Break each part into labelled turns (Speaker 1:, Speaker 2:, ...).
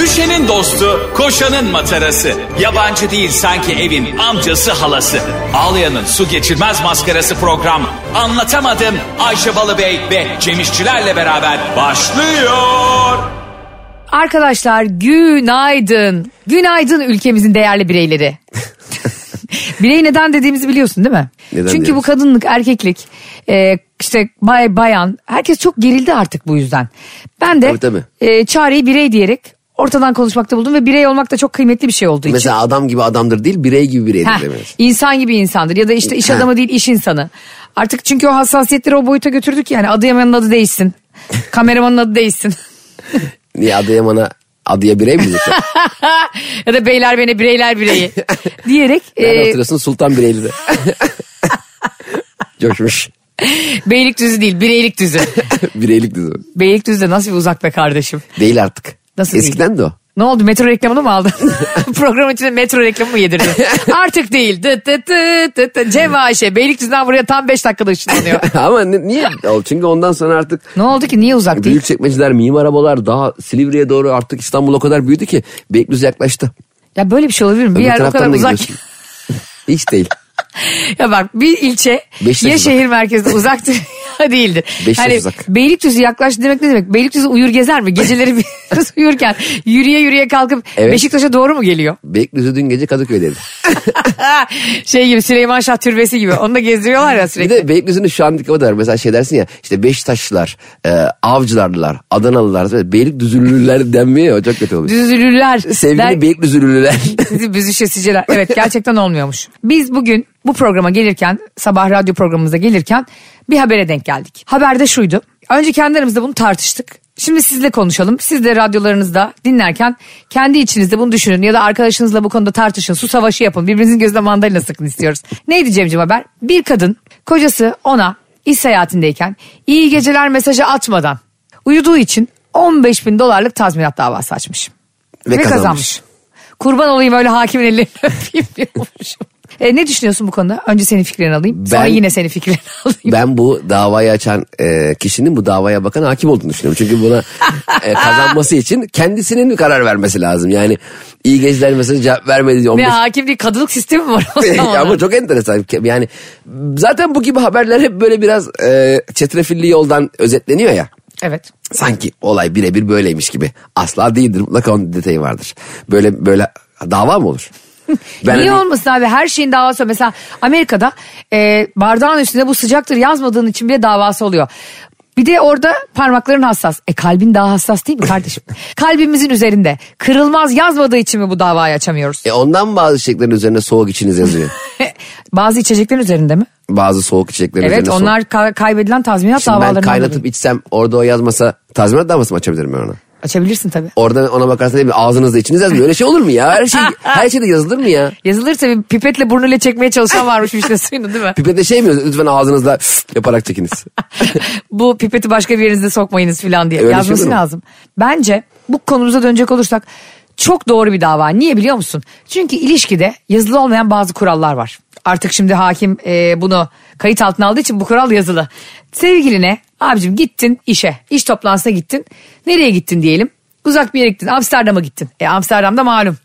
Speaker 1: Ayşe'nin dostu, koşanın matarası. Yabancı değil sanki evin amcası halası. Ağlayan'ın su geçirmez maskarası program. Anlatamadım Ayşe Balıbey ve Cemişçilerle beraber başlıyor.
Speaker 2: Arkadaşlar günaydın. Günaydın ülkemizin değerli bireyleri. Birey neden dediğimizi biliyorsun değil mi?
Speaker 3: Neden
Speaker 2: Çünkü bu
Speaker 3: diyoruz?
Speaker 2: kadınlık, erkeklik, e, işte bay bayan herkes çok gerildi artık bu yüzden. Ben de
Speaker 3: Tabii, tabii.
Speaker 2: e, çareyi birey diyerek ortadan konuşmakta buldum ve birey olmak da çok kıymetli bir şey olduğu için.
Speaker 3: Mesela adam gibi adamdır değil birey gibi bireydir
Speaker 2: Heh,
Speaker 3: demeniz.
Speaker 2: insan gibi insandır ya da işte iş
Speaker 3: Ha.
Speaker 2: adamı değil iş insanı. Artık çünkü o hassasiyetleri o boyuta götürdük yani Adıyaman'ın adı değişsin. Kameramanın adı değişsin.
Speaker 3: Niye Adıyaman'a Adıya birey mi diyorsun?
Speaker 2: ya da beyler beni bireyler bireyi diyerek
Speaker 3: Yani
Speaker 2: e,
Speaker 3: hatırlıyorsun Sultan bireyli de. Coşmuş.
Speaker 2: beylikdüzü değil bireylik düzü.
Speaker 3: Bireylik dizi.
Speaker 2: beylikdüzü de nasıl bir uzak be kardeşim.
Speaker 3: Değil artık.
Speaker 2: Nasıl değil?
Speaker 3: Eskiden de o.
Speaker 2: Ne oldu metro reklamını mı aldın? Programın içinde metro reklamı mı yedirdin? Artık değil. Dıt dıt dıt dıt dıt. Cem Ayşe Beylikdüzü'nden buraya tam 5 dakikada ışınlanıyor.
Speaker 3: Ama ni- niye? O Çünkü ondan sonra artık
Speaker 2: ne oldu ki niye uzak değil?
Speaker 3: büyük çekmeceler, mimar arabalar daha Silivri'ye doğru artık İstanbul o kadar büyüdü ki Beylikdüzü yaklaştı.
Speaker 2: Ya böyle bir şey olabilir mi? Bir
Speaker 3: Öbür
Speaker 2: yer o
Speaker 3: taraftan
Speaker 2: kadar
Speaker 3: da
Speaker 2: uzak.
Speaker 3: gidiyorsun. Hiç değil.
Speaker 2: ya bak bir ilçe
Speaker 3: Beşiktaş
Speaker 2: ya
Speaker 3: uzak.
Speaker 2: şehir merkezinde uzaktır ya değildir. Hani
Speaker 3: Beşiktaş uzak.
Speaker 2: Beylikdüzü yaklaştı demek ne demek? Beylikdüzü uyur gezer mi? Geceleri biraz uyurken yürüye yürüye kalkıp
Speaker 3: Evet.
Speaker 2: Beşiktaş'a doğru mu geliyor?
Speaker 3: Beylikdüzü dün gece Kadıköy'deydi.
Speaker 2: şey gibi Süleyman Şah Türbesi gibi. Onu da gezdiriyorlar ya
Speaker 3: Bir
Speaker 2: sürekli.
Speaker 3: de Beylikdüzü'nün şu an dikkat var. Mesela şey dersin ya işte Beşiktaşlılar, e, Avcılarlılar, Adanalılar, Beylikdüzülüler denmiyor ya çok kötü oluyor.
Speaker 2: Düzülürler.
Speaker 3: Sevgili
Speaker 2: Der-
Speaker 3: Beylikdüzülüler.
Speaker 2: Bizi büzüşesiceler. Evet gerçekten olmuyormuş. Biz bugün bu programa gelirken sabah radyo programımıza gelirken bir habere denk geldik. Haberde şuydu. Önce kendi aramızda bunu tartıştık. Şimdi sizle konuşalım. Siz de radyolarınızda dinlerken kendi içinizde bunu düşünün ya da arkadaşınızla bu konuda tartışın. Su savaşı yapın. Birbirinizin gözüne mandalina sıkın istiyoruz. Neydi Cemciğim haber? Bir kadın kocası ona iş seyahatindeyken iyi geceler mesajı atmadan uyuduğu için 15 bin dolarlık tazminat davası açmış.
Speaker 3: Ve kazanmış.
Speaker 2: Kurban olayım öyle hakimin ellerini öpeyim diyormuşum. E, ne düşünüyorsun bu konuda? Önce senin fikrini alayım. Sonra
Speaker 3: Ben-
Speaker 2: yine senin fikrini alayım.
Speaker 3: ben bu davayı açan e, kişinin bu davaya bakan hakim olduğunu düşünüyorum. Çünkü buna e, kazanması için kendisinin bir karar vermesi lazım. Yani iyi geceler mesajı cevap vermedi diye 15
Speaker 2: Ne hakim değil kadılık sistemi var o
Speaker 3: Ya
Speaker 2: zaman.
Speaker 3: Ama çok enteresan. Yani zaten bu gibi haberler hep böyle biraz e, çetrefilli yoldan özetleniyor ya.
Speaker 2: Evet.
Speaker 3: Sanki olay birebir böyleymiş gibi. Asla değildir. Mutlaka onun detayı vardır. Böyle böyle dava mı olur? Ben
Speaker 2: Niye
Speaker 3: hani-
Speaker 2: olmasın abi her şeyin davası var. mesela Amerika'da e, bardağın üstünde bu sıcaktır yazmadığın için bile davası oluyor. Bir de orada parmakların hassas. E kalbin daha hassas değil mi kardeşim? Kalbimizin üzerinde. Kırılmaz yazmadığı için mi bu davayı açamıyoruz?
Speaker 3: E ondan bazı çiçeklerin üzerine soğuk içiniz yazıyor.
Speaker 2: Bazı içeceklerin üzerinde mi?
Speaker 3: bazı soğuk içeceklerin
Speaker 2: Evet
Speaker 3: üzerine soğuk.
Speaker 2: onlar ka- kaybedilen tazminat
Speaker 3: Şimdi
Speaker 2: davalarından.
Speaker 3: ben kaynatıp içsem orada o yazmasa tazminat davası mı açabilirim ben ona?
Speaker 2: Açabilirsin tabii.
Speaker 3: Orada ona bakarsan ne bileyim, ağzınızda içiniz yazmıyor. Öyle şey olur mu ya? Her şey her şeyde yazılır mı ya?
Speaker 2: Yazılır tabii pipetle burnuyla çekmeye çalışan varmış işte suyunu değil mi?
Speaker 3: Pipete şey mi yazıyor? Lütfen ağzınızda yaparak çekiniz.
Speaker 2: Bu pipeti başka bir yerinize sokmayınız falan diye
Speaker 3: Öyle şey
Speaker 2: yazması
Speaker 3: olur mu?
Speaker 2: lazım. Bence bu konumuza dönecek olursak çok doğru bir dava. Niye biliyor musun? Çünkü ilişkide yazılı olmayan bazı kurallar var. Artık şimdi hakim e, bunu kayıt altına aldığı için bu kural yazılı. Sevgiline abicim gittin işe, iş toplantısına gittin. Nereye gittin diyelim? Uzak bir yere gittin. Amsterdam'a gittin. E Amsterdam'da malum.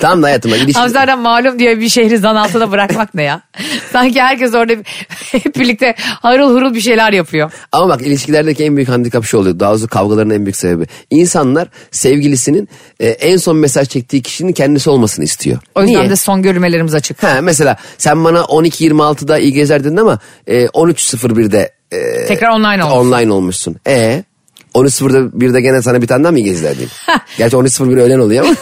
Speaker 3: Tamam da hayatıma ilişki.
Speaker 2: Amsterdam malum diye bir şehri zan altında bırakmak ne ya? Sanki herkes orada bir- hep birlikte harıl hurul bir şeyler yapıyor.
Speaker 3: Ama bak ilişkilerdeki en büyük handikap şu oluyor. Daha doğrusu kavgaların en büyük sebebi. İnsanlar sevgilisinin e, en son mesaj çektiği kişinin kendisi olmasını istiyor.
Speaker 2: O yüzden
Speaker 3: Niye?
Speaker 2: de son görülmelerimiz açık.
Speaker 3: Ha, mesela sen bana 12.26'da iyi gezer dedin ama e, 13.01'de e,
Speaker 2: Tekrar online olmuş.
Speaker 3: online olmuşsun. E 13.01'de bir de gene sana bir tane daha mı iyi geziler diyeyim? Gerçi 13.01 öğlen oluyor ama.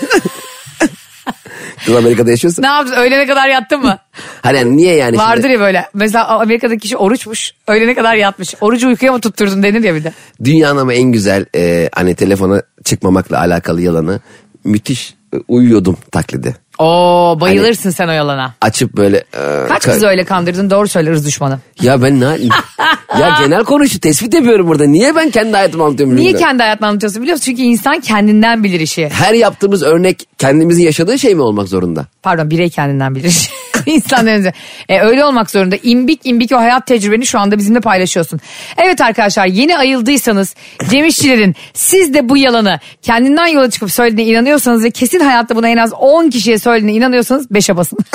Speaker 3: Kız Amerika'da yaşıyorsun.
Speaker 2: Ne yaptın? Öğlene kadar yattın mı?
Speaker 3: Hani yani niye yani? şimdi?
Speaker 2: Vardır ya böyle. Mesela Amerika'daki kişi oruçmuş. Öğlene kadar yatmış. Orucu uykuya mı tutturdun denir ya bir de.
Speaker 3: Dünyanın ama en güzel e, hani telefona çıkmamakla alakalı yalanı müthiş e, uyuyordum taklidi.
Speaker 2: Oo bayılırsın sen o yalana.
Speaker 3: Açıp böyle. e,
Speaker 2: Kaç
Speaker 3: ka-
Speaker 2: kızı öyle kandırdın doğru söyleriz düşmanı.
Speaker 3: Ya ben ne Ya genel konuşu tespit yapıyorum burada. Niye ben kendi hayatımı anlatıyorum?
Speaker 2: Niye
Speaker 3: bilmiyorum.
Speaker 2: kendi hayatını anlatıyorsun biliyor musun? Çünkü insan kendinden bilir işi.
Speaker 3: her yaptığımız örnek kendimizin yaşadığı şey mi olmak zorunda?
Speaker 2: Pardon birey kendinden bilir işi. İnsanların üzerine. E, öyle olmak zorunda. İmbik imbik o hayat tecrübeni şu anda bizimle paylaşıyorsun. Evet arkadaşlar yeni ayıldıysanız Cem İşçilerin siz de bu yalanı kendinden yola çıkıp söylediğine inanıyorsanız ve kesin hayatta buna en az 10 kişiye söylediğine inanıyorsanız 5'e basın.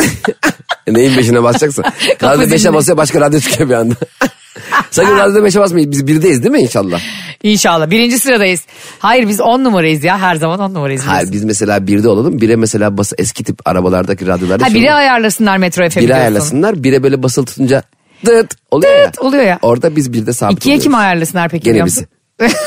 Speaker 3: E, Neyin beşine basacaksın?
Speaker 2: Kapı
Speaker 3: radyo beşe
Speaker 2: zilini.
Speaker 3: basıyor başka radyo çıkıyor bir anda. Sakın radyo beşe basmayın. Biz birdeyiz değil mi inşallah?
Speaker 2: İnşallah. Birinci sıradayız. Hayır biz 10 numarayız ya. Her zaman 10 numarayız. biz.
Speaker 3: Hayır biz mesela birde olalım. Bire mesela bas, eski tip arabalardaki radyolarda.
Speaker 2: Ha
Speaker 3: şey
Speaker 2: biri
Speaker 3: olur.
Speaker 2: ayarlasınlar Metro FM'i
Speaker 3: bire
Speaker 2: diyorsun.
Speaker 3: ayarlasınlar. Bire böyle basılı tutunca dıt oluyor ya.
Speaker 2: Dıt oluyor ya.
Speaker 3: Orada biz birde sabit
Speaker 2: İkiye
Speaker 3: oluyoruz.
Speaker 2: kim ayarlasınlar peki?
Speaker 3: Gene
Speaker 2: biliyor
Speaker 3: bizi.
Speaker 2: musun?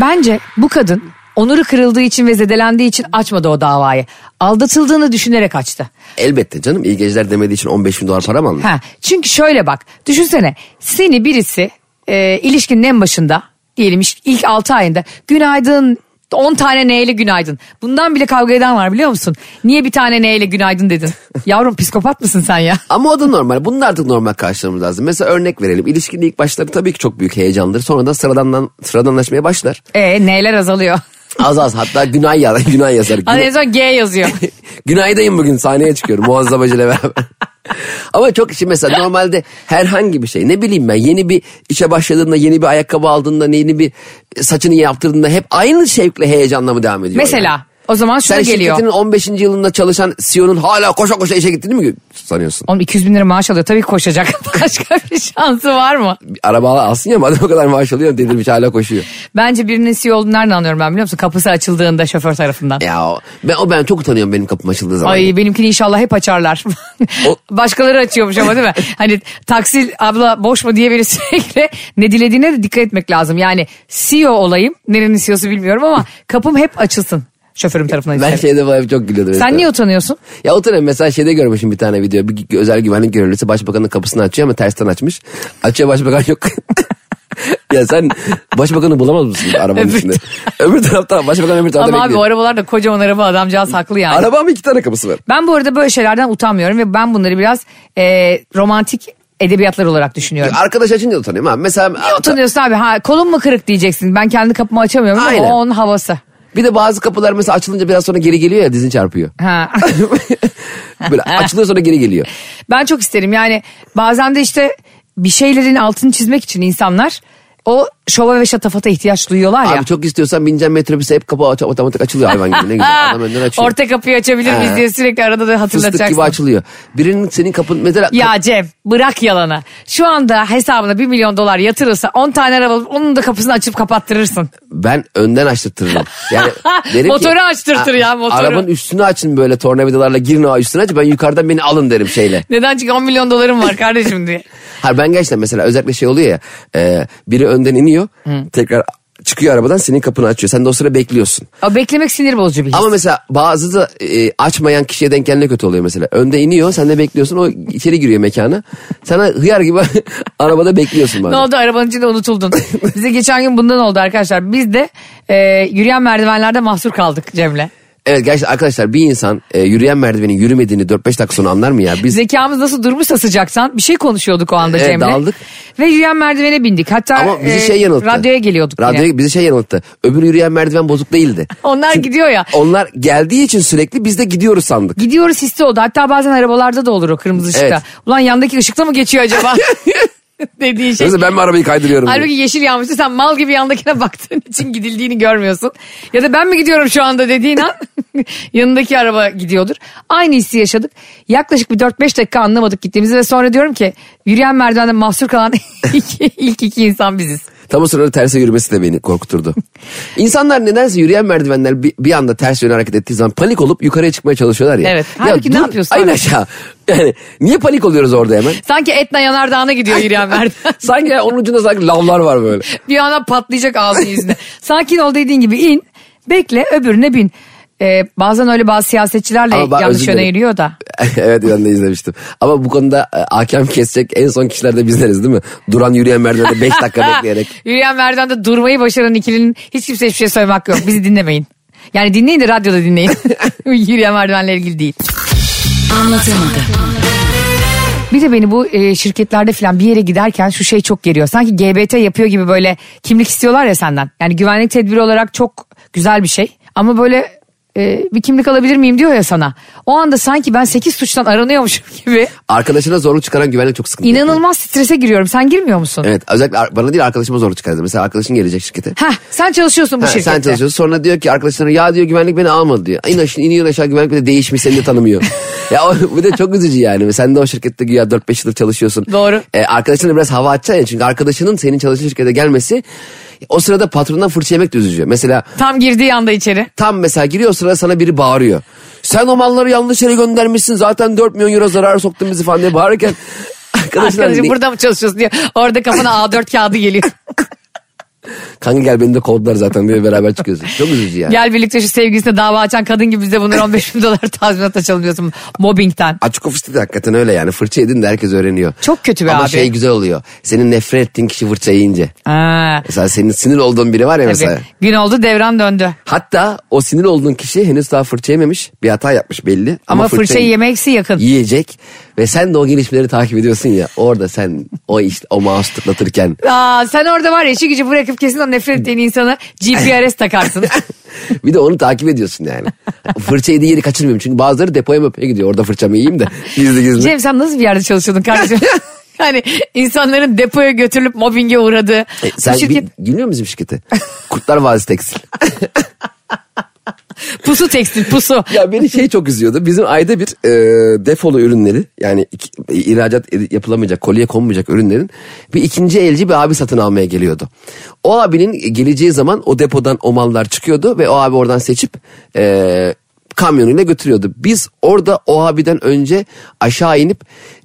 Speaker 2: Bence bu kadın onuru kırıldığı için ve zedelendiği için açmadı o davayı. Aldatıldığını düşünerek açtı.
Speaker 3: Elbette canım iyi geceler demediği için 15 bin dolar para mı alınır?
Speaker 2: Ha, çünkü şöyle bak düşünsene seni birisi e, ilişkinin en başında diyelim iş- ilk 6 ayında günaydın 10 tane neyle günaydın. Bundan bile kavga eden var biliyor musun? Niye bir tane neyle günaydın dedin? Yavrum psikopat mısın sen ya?
Speaker 3: Ama o da normal. Bunun da artık normal karşılamamız lazım. Mesela örnek verelim. İlişkinin ilk başları tabii ki çok büyük heyecandır. Sonra da sıradandan, sıradanlaşmaya başlar.
Speaker 2: E neyler azalıyor.
Speaker 3: Az az hatta günah, ya, günah yazar. Günah-
Speaker 2: Hani en son G yazıyor.
Speaker 3: Günaydayım bugün sahneye çıkıyorum muazzamacı ile beraber. Ama çok işi mesela normalde herhangi bir şey ne bileyim ben yeni bir işe başladığında yeni bir ayakkabı aldığında yeni bir saçını yaptırdığında hep aynı şevkle heyecanla mı devam ediyor? yani?
Speaker 2: Mesela o zaman şuna
Speaker 3: Sen
Speaker 2: geliyor.
Speaker 3: şirketinin 15. yılında çalışan CEO'nun hala koşa koşa işe gittiğini mi sanıyorsun?
Speaker 2: Oğlum 200 bin lira maaş alıyor tabii ki koşacak. Başka bir şansı var mı?
Speaker 3: Bir Araba alsın ya madem o kadar maaş alıyor dedirmiş hala koşuyor.
Speaker 2: Bence birinin CEO olduğunu nereden anlıyorum ben biliyor musun? Kapısı açıldığında şoför tarafından.
Speaker 3: Ya o- ben, o ben çok utanıyorum benim kapım açıldığı zaman.
Speaker 2: Ay benimkini inşallah hep açarlar.
Speaker 3: O-
Speaker 2: Başkaları açıyormuş ama değil mi? Hani taksi abla boş mu diye beni sürekli ne dilediğine de dikkat etmek lazım. Yani CEO olayım. Nerenin CEO'su bilmiyorum ama kapım hep açılsın. Şoförüm tarafından.
Speaker 3: Ben şey-
Speaker 2: işte.
Speaker 3: şeyde falan hep çok
Speaker 2: Sen
Speaker 3: gülüyordum. mesela.
Speaker 2: niye utanıyorsun?
Speaker 3: Ya o dönem mesela şeyde görmüşüm bir tane video. Bir gü- özel güvenlik görevlisi başbakanın kapısını açıyor ama tersten açmış. Açıyor başbakan yok. ya sen başbakanı bulamaz mısın arabanın
Speaker 2: Öbür
Speaker 3: içinde? öbür tarafta başbakan öbür tarafta
Speaker 2: Ama abi o
Speaker 3: bekliyor.
Speaker 2: arabalar da kocaman araba adamcağız haklı yani.
Speaker 3: Araba mı iki tane kapısı var?
Speaker 2: Ben bu arada böyle şeylerden utanmıyorum ve ben bunları biraz e, romantik edebiyatlar olarak düşünüyorum.
Speaker 3: Arkadaş açınca utanıyorum abi. Mesela
Speaker 2: Niye utanıyorsun abi? Ha, kolum mu kırık diyeceksin. Ben kendi kapımı açamıyorum
Speaker 3: Aynen.
Speaker 2: ama o onun havası.
Speaker 3: bir de bazı kapılar mesela açılınca biraz sonra geri geliyor ya dizin çarpıyor.
Speaker 2: Ha.
Speaker 3: Böyle açılıyor sonra geri geliyor.
Speaker 2: ben çok isterim yani bazen de işte bir şeylerin altını çizmek için insanlar o şova ve şatafata ihtiyaç duyuyorlar ya.
Speaker 3: Abi çok istiyorsan bineceğim metrobüse hep kapı aç- otomatik açılıyor hayvan gibi. Ne güzel adam önden açıyor.
Speaker 2: Orta kapıyı açabilir miyiz
Speaker 3: Ha.
Speaker 2: diye sürekli arada da
Speaker 3: Fıstık
Speaker 2: hatırlatacaksın.
Speaker 3: gibi açılıyor. Birinin senin kapın mesela
Speaker 2: Ya Cem bırak yalanı. Şu anda hesabına 1 milyon dolar yatırılsa 10 tane araba alıp onun da kapısını açıp kapattırırsın.
Speaker 3: Ben önden açtırtırım. Yani derim ki-
Speaker 2: Motoru açtırtır
Speaker 3: A-
Speaker 2: ya, motoru.
Speaker 3: Arabanın üstünü açın böyle tornavidalarla girin o üstüne aç. Ben yukarıdan beni alın derim şeyle.
Speaker 2: Neden çünkü 10 milyon dolarım var kardeşim diye.
Speaker 3: Hayır ben gerçekten mesela özellikle şey oluyor ya. e, biri önden iniyor. Tekrar çıkıyor arabadan senin kapını açıyor. Sen de o sıra bekliyorsun.
Speaker 2: O beklemek sinir bozucu bir şey. his.
Speaker 3: Ama mesela bazı da e, açmayan kişiye denk gelene kötü oluyor mesela. Önde iniyor sen de bekliyorsun o içeri giriyor mekana. Sana hıyar gibi arabada bekliyorsun
Speaker 2: Ne
Speaker 3: bana.
Speaker 2: oldu arabanın içinde unutuldun. Bize geçen gün bundan oldu arkadaşlar. Biz de e, yürüyen merdivenlerde mahsur kaldık Cem'le.
Speaker 3: Evet gerçekten arkadaşlar bir insan e, yürüyen merdivenin yürümediğini 4-5 dakika sonra anlar mı ya? Biz
Speaker 2: Zekamız nasıl durmuşsa sıcaktan bir şey konuşuyorduk o anda
Speaker 3: Evet,
Speaker 2: Cem'le.
Speaker 3: daldık.
Speaker 2: Ve yürüyen merdivene bindik. Hatta
Speaker 3: Ama bizi
Speaker 2: e,
Speaker 3: şey yanılttı.
Speaker 2: radyoya geliyorduk
Speaker 3: Radyoya,
Speaker 2: yine.
Speaker 3: bizi şey yanılttı. Öbür yürüyen merdiven bozuk değildi.
Speaker 2: Onlar gidiyor ya.
Speaker 3: Onlar geldiği için sürekli biz de gidiyoruz sandık.
Speaker 2: Gidiyoruz hissi oldu. Hatta bazen arabalarda da olur o kırmızı ışıkta.
Speaker 3: Evet.
Speaker 2: Ulan yandaki ışıkta mı geçiyor acaba? dediği şey.
Speaker 3: Yoksa ben mi arabayı kaydırıyorum? diye.
Speaker 2: Halbuki yeşil yanmıştı sen mal gibi yandakine baktığın için gidildiğini görmüyorsun. Ya da ben mi gidiyorum şu anda dediğin an yanındaki araba gidiyordur. Aynı hissi yaşadık. Yaklaşık bir 4-5 dakika anlamadık gittiğimizi ve sonra diyorum ki yürüyen merdivende mahsur kalan iki- ilk iki insan biziz.
Speaker 3: Tam o sırada terse yürümesi de beni korkuturdu. İnsanlar nedense yürüyen merdivenler bir, bir anda ters yöne hareket ettiği zaman panik olup yukarıya çıkmaya çalışıyorlar ya.
Speaker 2: Evet.
Speaker 3: Ya
Speaker 2: Halbuki ne
Speaker 3: dur,
Speaker 2: yapıyorsun?
Speaker 3: Aynen aşağı. Yani niye panik oluyoruz orada hemen?
Speaker 2: Sanki Etna Yanardağ'ına gidiyor yürüyen merdiven.
Speaker 3: Sanki ya onun ucunda sanki lavlar var böyle.
Speaker 2: bir anda patlayacak ağzın yüzüne. Sakin ol dediğin gibi in bekle öbürüne bin. Ee, bazen öyle bazı siyasetçilerle
Speaker 3: Ama ben
Speaker 2: yanlış
Speaker 3: özür
Speaker 2: yöne
Speaker 3: dilerim.
Speaker 2: yürüyor da.
Speaker 3: evet ben de izlemiştim. Ama bu konuda e, hakem kesecek en son kişiler de bizleriz değil mi? Duran yürüyen merdivende 5 dakika bekleyerek.
Speaker 2: Yürüyen merdivende Ah, durmayı başaran ikilinin hiç kimseye hiçbir şey söylemek yok. Bizi dinlemeyin. Yani dinleyin de radyoda dinleyin. Yürüyen merdivenle ilgili değil. Bir de beni bu e, şirketlerde falan bir yere giderken şu şey çok geriyor. Sanki GBT yapıyor gibi böyle kimlik istiyorlar ya senden. Yani güvenlik tedbiri olarak çok güzel bir şey. Ama böyle e, bir kimlik alabilir miyim diyor ya sana. O anda sanki ben 8 suçtan aranıyormuşum gibi
Speaker 3: Arkadaşına zorluk çıkaran güvenlik çok sıkıntı.
Speaker 2: inanılmaz strese giriyorum. Sen girmiyor musun?
Speaker 3: Evet özellikle ar- bana değil arkadaşıma zorluk çıkardı. Mesela arkadaşın gelecek şirkete.
Speaker 2: Heh, sen çalışıyorsun bu
Speaker 3: Ha,
Speaker 2: şirkette.
Speaker 3: sen çalışıyorsun sonra diyor ki arkadaşlarına ya diyor güvenlik beni almadı diyor. İn aşağı iniyor aşağı güvenlik bir de değişmiş seni de tanımıyor. ya o, bu da çok üzücü yani. Sen de o şirkette güya 4-5 yıldır çalışıyorsun.
Speaker 2: Doğru.
Speaker 3: Ee, arkadaşına biraz hava atacaksın ya çünkü arkadaşının senin çalıştığın şirkete gelmesi o sırada patrondan fırça yemek de üzücü. Mesela
Speaker 2: Tam girdiği anda içeri.
Speaker 3: tam mesela giriyor o sırada sana biri bağırıyor. Sen o malları yanlış yere göndermişsin zaten 4 milyon euro zarar soktun bizi falan diye bağırırken arkadaşlar
Speaker 2: Arkadaşım
Speaker 3: ne-
Speaker 2: burada mı çalışıyorsun diyor. Orada kafana A4 kağıdı geliyor.
Speaker 3: kanka gel beni de kovdular zaten diye beraber çıkıyorsun. Çok üzücü yani.
Speaker 2: Gel birlikte şu sevgilisine dava açan kadın gibi bize bunları 15 bin dolar tazminat açalım diyorsun. Mobbingten.
Speaker 3: Açık ofiste de hakikaten öyle yani. Fırça yedin de herkes öğreniyor.
Speaker 2: Çok kötü be
Speaker 3: Ama
Speaker 2: abi.
Speaker 3: şey güzel oluyor. Senin nefret ettiğin kişi fırça yiyince.
Speaker 2: Ha,
Speaker 3: Mesela senin sinir olduğun biri var ya mesela.
Speaker 2: tabii. Gün oldu devran döndü.
Speaker 3: Hatta o sinir olduğun kişi henüz daha fırça yememiş. Bir hata yapmış belli. Ama, şey-
Speaker 2: Ama fırçayı yemeksi yakın.
Speaker 3: yiyecek. Ve sen de o gelişmeleri takip ediyorsun ya. Orada sen o işte o mouse tıklatırken
Speaker 2: Aa, sen orada var ya işi gücü bırakıp kesin o nefret ettiğin insana GPRS takarsın.
Speaker 3: bir de onu takip ediyorsun yani. Fırça yediği yeri kaçırmayayım. Çünkü bazıları depoya möpeye gidiyor. Orada fırçamı yiyeyim de gizli gizli.
Speaker 2: Cem sen nasıl bir yerde çalışıyordun kardeşim? hani insanların depoya götürülüp mobbinge uğradığı.
Speaker 3: E,
Speaker 2: bu
Speaker 3: sen
Speaker 2: şirket
Speaker 3: bi- bilmiyor musun bizim şirketi? Kurtlar Vadisi Tekstil.
Speaker 2: pusu tekstil pusu.
Speaker 3: Ya beni şey çok üzüyordu. Bizim ayda bir e, defolu ürünleri yani iki- e, ihracat ed- yapılamayacak, kolye konmayacak ürünlerin bir ikinci elci bir abi satın almaya geliyordu. O abinin geleceği zaman o depodan o mallar çıkıyordu ve o abi oradan seçip e, kamyonuyla götürüyordu. Biz orada o abiden önce aşağı inip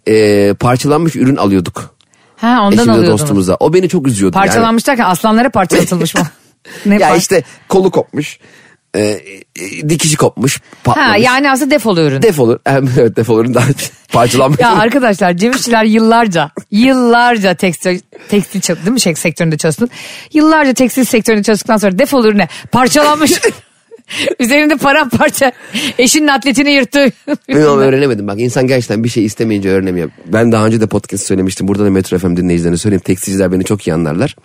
Speaker 3: e, parçalanmış ürün alıyorduk.
Speaker 2: Ha ondan
Speaker 3: Eşimle
Speaker 2: alıyordunuz.
Speaker 3: dostumuza. O beni çok üzüyordu. yani.
Speaker 2: Parçalanmış derken aslanlara parçalatılmış mı? Ne
Speaker 3: Ya
Speaker 2: par-
Speaker 3: işte kolu kopmuş. e, e, dikişi kopmuş, patlamış.
Speaker 2: Ha yani aslında defol ürün.
Speaker 3: Defolu. Hem evet defolurun daha parçalanmış.
Speaker 2: ya arkadaşlar Cem İşçiler yıllarca yıllarca tekstil tekstil çal- değil mi şey, sektöründe çalıştın. Yıllarca tekstil sektöründe çalıştıktan sonra defol ürüne parçalanmış. Üzerinde paramparça eşinin atletini yırttı.
Speaker 3: Bilmiyorum öğrenemedim. Bak insan gerçekten bir şey istemeyince öğrenemiyor. Ben daha önce de podcast söylemiştim. Burada da Metro FM dinleyicilerine söyleyeyim. Tekstilciler beni çok iyi anlarlar.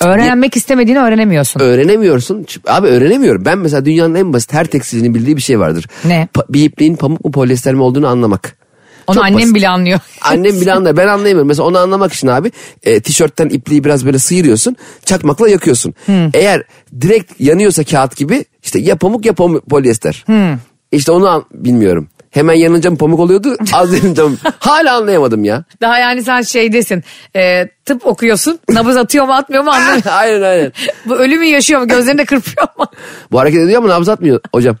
Speaker 2: Öğrenmek istemediğini öğrenemiyorsun.
Speaker 3: Öğrenemiyorsun. Ç- Abi öğrenemiyorum. Ben mesela dünyanın en basit her tekstilcinin bildiği bir şey vardır.
Speaker 2: Ne?
Speaker 3: Pa- bir ipliğin pamuk mu polyester mi olduğunu anlamak.
Speaker 2: Onu
Speaker 3: Çok
Speaker 2: annem
Speaker 3: basit.
Speaker 2: bile anlıyor.
Speaker 3: Annem bile anlar. Ben anlayamıyorum. Mesela onu anlamak için abi e, tişörtten ipliği biraz böyle sıyırıyorsun. Çakmakla yakıyorsun.
Speaker 2: Hmm.
Speaker 3: Eğer direkt yanıyorsa kağıt gibi işte ya pamuk ya pom- polyester.
Speaker 2: Hmm.
Speaker 3: İşte onu an- bilmiyorum. Hemen yanınca mı pamuk oluyordu? Az yanınca mı? Hala anlayamadım ya.
Speaker 2: Daha yani sen şeydesin e, tıp okuyorsun nabız atıyor mu atmıyor mu anlamıyorsun.
Speaker 3: aynen aynen.
Speaker 2: Bu ölü mü yaşıyor mu gözlerinde kırpıyor mu?
Speaker 3: Bu hareket ediyor ama nabız atmıyor hocam.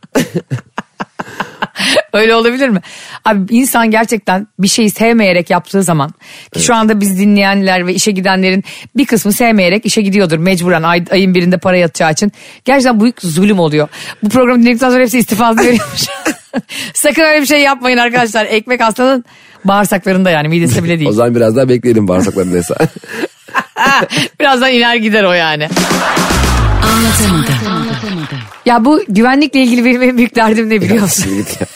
Speaker 2: Öyle olabilir mi? Abi insan gerçekten bir şeyi sevmeyerek yaptığı zaman ki şu anda biz dinleyenler ve işe gidenlerin bir kısmı sevmeyerek işe gidiyordur mecburen ay- ayın birinde para yatacağı için. Gerçekten büyük zulüm oluyor. Bu programı dinledikten sonra hepsi istifasını veriyormuş. Sakın öyle bir şey yapmayın arkadaşlar. Ekmek aslanın bağırsaklarında yani midesinde bile
Speaker 3: o
Speaker 2: değil. Ah,
Speaker 3: zaman biraz daha bekleyelim bağırsaklarındaysa.
Speaker 2: Birazdan iner gider o yani.
Speaker 4: Anlatamadım.
Speaker 2: Ya bu güvenlikle ilgili benim en büyük derdim ne biliyor musun?
Speaker 3: Şimdi git ya.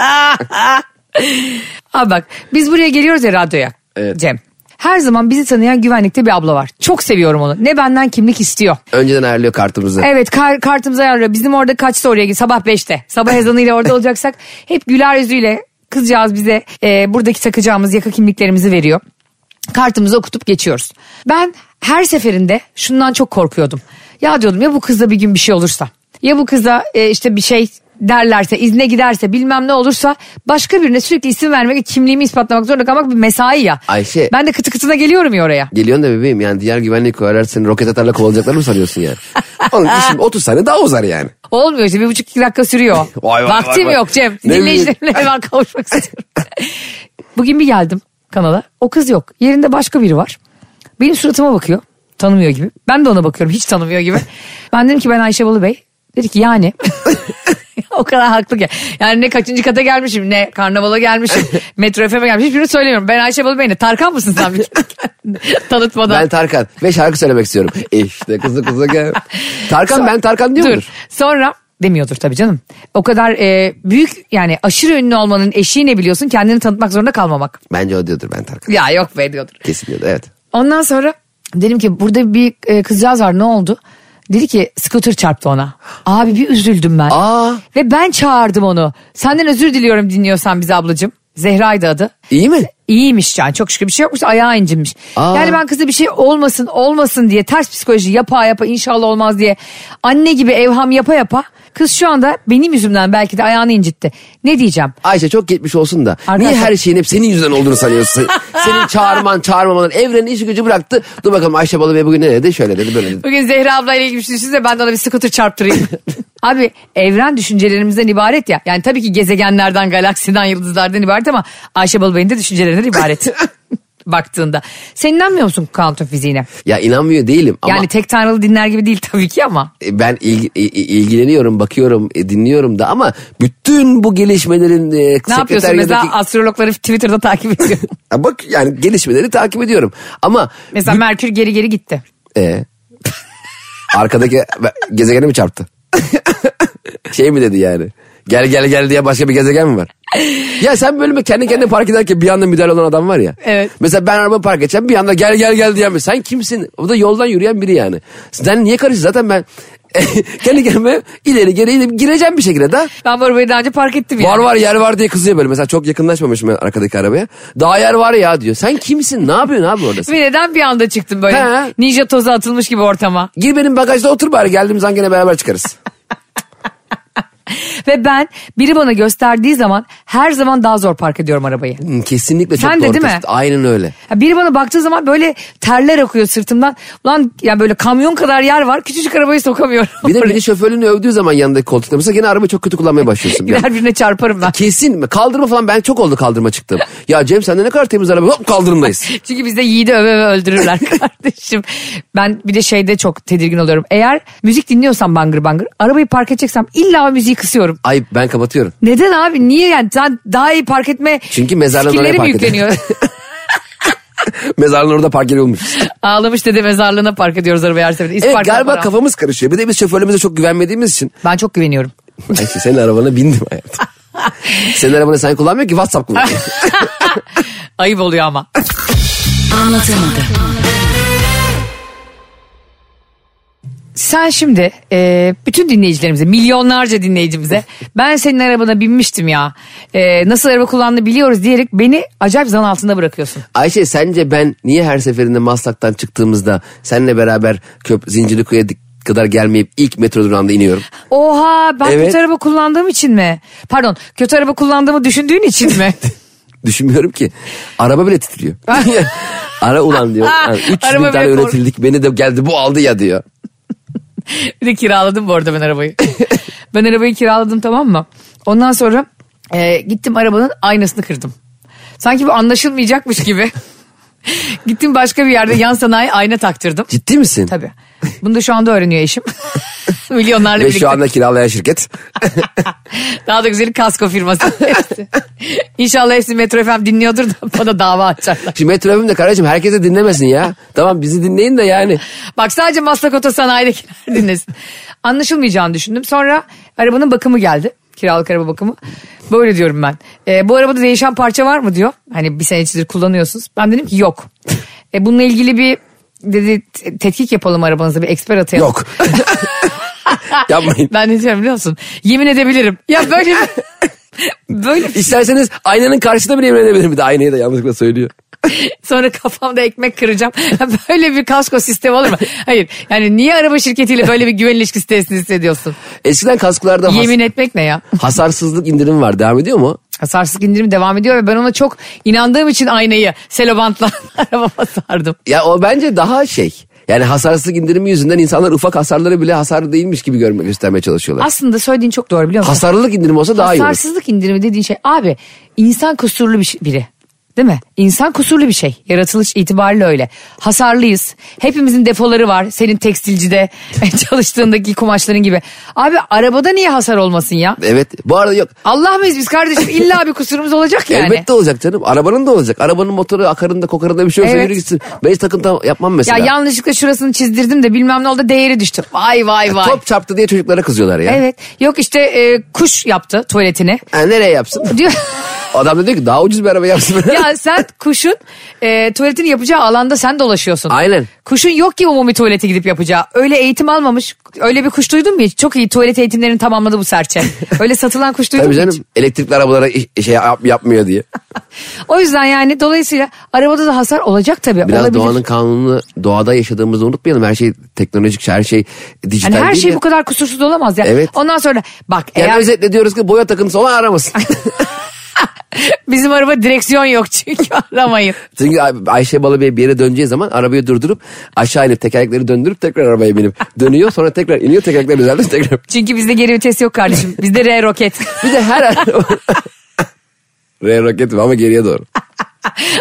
Speaker 2: Abi bak biz buraya geliyoruz ya radyoya
Speaker 3: Evet.
Speaker 2: Cem. Her zaman bizi tanıyan güvenlikte bir abla var. Çok seviyorum onu. Ne benden kimlik istiyor.
Speaker 3: Önceden ayarlıyor kartımızı.
Speaker 2: Evet kar, kartımızı ayarlıyor. Bizim orada kaçta oraya gidiyor? Sabah 5'te. Sabah ezanıyla orada olacaksak hep güler yüzüyle kızcağız bize e, buradaki takacağımız yaka kimliklerimizi veriyor. Kartımızı okutup geçiyoruz. Ben her seferinde şundan çok korkuyordum. Ya diyordum ya bu kızla bir gün bir şey olursa. Ya bu kıza e, işte bir şey derlerse, izne giderse, bilmem ne olursa başka birine sürekli isim vermek, kimliğimi ispatlamak zorunda kalmak bir mesai ya.
Speaker 3: Ayşe.
Speaker 2: Ben de kıtı kıtına geliyorum ya oraya.
Speaker 3: Geliyorsun da bebeğim yani diğer güvenlik koyarlar seni roket atarla kovalayacaklar mı sanıyorsun yani? Oğlum işim 30 saniye daha uzar yani.
Speaker 2: Olmuyor işte bir buçuk iki dakika sürüyor.
Speaker 3: Vay vay
Speaker 2: Vaktim
Speaker 3: vay vay.
Speaker 2: yok Cem.
Speaker 3: Ne
Speaker 2: Dinleyicilerimle hemen kavuşmak istiyorum. Bugün bir geldim kanala. O kız yok. Yerinde başka biri var. Benim suratıma bakıyor. Tanımıyor gibi. Ben de ona bakıyorum. Hiç tanımıyor gibi. Ben dedim ki ben Ayşe Balı Bey. Dedi ki yani. o kadar haklı ki. Yani ne kaçıncı kata gelmişim ne karnavala gelmişim. Metro FM'e gelmişim. Hiçbirini söylemiyorum. Ben Ayşe Balı Bey ne? Tarkan mısın sen? Tanıtmadan.
Speaker 3: Ben Tarkan ve şarkı söylemek istiyorum. İşte kızı kızı gel. Tarkan ben Tarkan diyor mudur?
Speaker 2: Dur. Sonra demiyordur tabii canım. O kadar e, büyük yani aşırı ünlü olmanın eşiği ne biliyorsun? Kendini tanıtmak zorunda kalmamak.
Speaker 3: Bence o diyordur ben Tarkan.
Speaker 2: Ya yok be diyordur.
Speaker 3: Kesin diyordur evet.
Speaker 2: Ondan sonra dedim ki burada bir e, kızcağız var ne oldu? Dedi ki scooter çarptı ona. Abi bir üzüldüm ben.
Speaker 3: Aa.
Speaker 2: Ve ben çağırdım onu. Senden özür diliyorum dinliyorsan bizi ablacığım. Zehra'ydı adı.
Speaker 3: İyi mi?
Speaker 2: İyiymiş yani çok şükür bir şey yokmuş da ayağı incinmiş.
Speaker 3: Aa.
Speaker 2: Yani ben kıza bir şey olmasın olmasın diye ters psikoloji yapa yapa inşallah olmaz diye anne gibi evham yapa yapa kız şu anda benim yüzümden belki de ayağını incitti. Ne diyeceğim?
Speaker 3: Ayşe çok geçmiş olsun da niye
Speaker 2: Arkadaşlar-
Speaker 3: her şeyin hep senin yüzünden olduğunu sanıyorsun? senin çağırman çağırmaman evrenin işi gücü bıraktı. Dur bakalım Ayşe Balıbey bugün ne dedi şöyle dedi böyle dedi.
Speaker 2: Bugün Zehra ablayla ilgili bir şey düşünsene ben de ona bir scooter çarptırayım. Abi evren düşüncelerimizden ibaret ya. Yani tabii ki gezegenlerden, galaksiden, yıldızlardan ibaret ama Ayşe Balıbey'in de düşüncelerinden ibaret. baktığında. Sen inanmıyor musun kuantum fiziğine?
Speaker 3: Ya inanmıyor değilim ama e,
Speaker 2: Yani tek tanrılı dinler gibi değil tabii ki ama.
Speaker 3: ben ilgi- i- i- ilgileniyorum bakıyorum e, dinliyorum da ama bütün bu gelişmelerin e,
Speaker 2: Ne yapıyorsun mesela
Speaker 3: sekreteryadaki-
Speaker 2: astrologları Twitter'da takip ediyorum.
Speaker 3: Ya Bak yani gelişmeleri takip ediyorum ama
Speaker 2: mesela Merkür geri geri gitti.
Speaker 3: E arkadaki gezegeni mi çarptı? şey mi dedi yani? Gel gel gel diye başka bir gezegen mi var? Ya sen böyle mi kendi kendine park ederken bir anda müdahale olan adam var ya.
Speaker 2: Evet.
Speaker 3: Mesela ben araba park edeceğim bir anda gel gel gel diyen bir. Sen kimsin? O da yoldan yürüyen biri yani. Sen niye karışıyorsun? Zaten ben kendi kendime ileri geri ileri gireceğim bir şekilde da.
Speaker 2: Ben bu arabayı daha önce park ettim
Speaker 3: Var
Speaker 2: yani.
Speaker 3: var yer var diye kızıyor böyle. Mesela çok yakınlaşmamışım ben arkadaki arabaya. Daha yer var ya diyor. Sen kimsin? Ne yapıyorsun abi orada? sen?
Speaker 2: Ve neden bir anda çıktın böyle
Speaker 3: He.
Speaker 2: ninja tozu atılmış gibi ortama?
Speaker 3: Gir benim bagajda otur bari geldiğimiz an gene beraber çıkarız.
Speaker 2: Ve ben biri bana gösterdiği zaman her zaman daha zor park ediyorum arabayı.
Speaker 3: Hmm, Kesinlikle çok
Speaker 2: Sen de
Speaker 3: doğru
Speaker 2: değil mi?
Speaker 3: tespit. Aynen öyle.
Speaker 2: Ya biri bana baktığı zaman böyle terler akıyor sırtımdan. Ulan ya böyle kamyon kadar yer var küçücük arabayı sokamıyorum.
Speaker 3: Bir de biri şoförlüğünü övdüğü zaman yanındaki koltukta mesela gene arabayı çok kötü kullanmaya başlıyorsun. bir an.
Speaker 2: Gider birine çarparım ben.
Speaker 3: Kesin mi? Kaldırma falan ben çok oldu kaldırma çıktım. ya Cem sende ne kadar temiz araba hop kaldırımdayız.
Speaker 2: Çünkü bizde yiğidi öve öve öldürürler kardeşim. Ben bir de şeyde çok tedirgin oluyorum. Eğer müzik dinliyorsam bangır bangır arabayı park edeceksem illa o müziği kısıyorum.
Speaker 3: Ay ben kapatıyorum.
Speaker 2: Neden abi niye yani sen daha iyi park etme
Speaker 3: Çünkü mezarlığın
Speaker 2: skillleri
Speaker 3: oraya
Speaker 2: mi
Speaker 3: park ediyor.
Speaker 2: yükleniyor?
Speaker 3: Mezarlığın orada park yeri olmuş.
Speaker 2: Ağlamış dede mezarlığına park ediyoruz arabayı her seferinde.
Speaker 3: Evet
Speaker 2: İspark
Speaker 3: galiba
Speaker 2: yapar ha.
Speaker 3: kafamız karışıyor. Bir de biz şoförlüğümüze çok güvenmediğimiz için.
Speaker 2: Ben çok güveniyorum.
Speaker 3: Ayşe senin arabana bindim hayatım. senin arabanı sen kullanmıyor ki WhatsApp kullanıyor.
Speaker 2: Ayıp oluyor ama. Sen şimdi e, bütün dinleyicilerimize, milyonlarca dinleyicimize ben senin arabana binmiştim ya. E, nasıl araba kullandığını biliyoruz diyerek beni acayip zan altında bırakıyorsun.
Speaker 3: Ayşe sence ben niye her seferinde Maslak'tan çıktığımızda seninle beraber köp Zincirlikuyu'ya dik- kadar gelmeyip ilk metro durağında iniyorum?
Speaker 2: Oha ben
Speaker 3: Evet.
Speaker 2: kötü araba kullandığım için mi? Pardon kötü araba kullandığımı düşündüğün için mi?
Speaker 3: Düşünmüyorum ki. Araba bile titriyor. Ara ulan diyor. Yani 300
Speaker 2: Ah, Araba
Speaker 3: bin tane
Speaker 2: bile kork-
Speaker 3: üretildik beni de geldi bu aldı ya diyor.
Speaker 2: Bir de kiraladım bu arada ben arabayı. ben arabayı kiraladım tamam mı? Ondan sonra e, gittim arabanın aynasını kırdım. Sanki bu anlaşılmayacakmış gibi. gittim başka bir yerde yan sanayi ayna taktırdım.
Speaker 3: Ciddi misin?
Speaker 2: Tabii. Bunu da şu anda öğreniyor eşim. Milyonlarla
Speaker 3: Ve
Speaker 2: birlikte.
Speaker 3: şu anda kiralayan şirket.
Speaker 2: Daha da güzeli kasko firması. Hepsi. İnşallah hepsi Metro FM dinliyordur da bana dava açarlar.
Speaker 3: Şimdi metro FM de kardeşim herkes de dinlemesin ya. tamam bizi dinleyin de yani.
Speaker 2: Bak sadece Maslak Oto Sanayi'dekiler dinlesin. Anlaşılmayacağını düşündüm. Sonra arabanın bakımı geldi. Kiralık araba bakımı. Böyle diyorum ben. E, bu arabada değişen parça var mı diyor. Hani bir sene içindir kullanıyorsunuz. Ben dedim ki yok. E, bununla ilgili bir dedi te- tetkik yapalım arabanızda bir eksper atayalım.
Speaker 3: Yok. Yapmayın.
Speaker 2: Ben ne diyorum biliyor musun? Yemin edebilirim. Ya böyle bir... böyle bir-
Speaker 3: İsterseniz aynanın karşısında bile yemin edebilirim. Bir de aynayı da yanlışlıkla söylüyor.
Speaker 2: sonra kafamda ekmek kıracağım. böyle bir kasko sistemi olur mu? Hayır. Yani niye araba şirketiyle böyle bir güven ilişkisi tesisini hissediyorsun?
Speaker 3: Eskiden kasklarda has-
Speaker 2: Yemin etmek ne ya?
Speaker 3: şey.
Speaker 2: şey, şey, e,
Speaker 3: şey Adam da diyor ki daha ucuz bir araba yapsın.
Speaker 2: Ya sen kuşun e, tuvaletini yapacağı alanda sen dolaşıyorsun.
Speaker 3: Aynen.
Speaker 2: Kuşun yok ki umumi tuvalete gidip yapacağı. Öyle eğitim almamış. Öyle bir kuş duydun mu hiç? Çok iyi tuvalet eğitimlerini tamamladı bu serçe. Öyle satılan kuş duydun
Speaker 3: Tabii
Speaker 2: mu hiç?
Speaker 3: canım elektrikli arabalara iş- şey yap- yapmıyor diye.
Speaker 2: O yüzden yani dolayısıyla arabada da hasar olacak tabii.
Speaker 3: Biraz
Speaker 2: Olabilir.
Speaker 3: doğanın kanununu doğada yaşadığımızı unutmayalım. Her şey teknolojik, her şey dijital
Speaker 2: Yani her
Speaker 3: değil
Speaker 2: şey
Speaker 3: de.
Speaker 2: bu kadar kusursuz olamaz ya.
Speaker 3: Evet.
Speaker 2: Ondan sonra da- bak
Speaker 3: Yani
Speaker 2: eğer
Speaker 3: özetle diyoruz ki boya takıntısı olan aramasın.
Speaker 2: bizim araba direksiyon yok çünkü aramayın.
Speaker 3: Çünkü Ay- Ayşe Balıbey bir yere döneceği zaman arabayı durdurup aşağı inip tekerlekleri döndürüp tekrar arabaya binip dönüyor sonra tekrar iniyor tekerlekler üzerinde tekrar.
Speaker 2: Çünkü bizde geri vites yok kardeşim. Bizde R roket.
Speaker 3: Bir de her araba... R roket mi ama geriye doğru.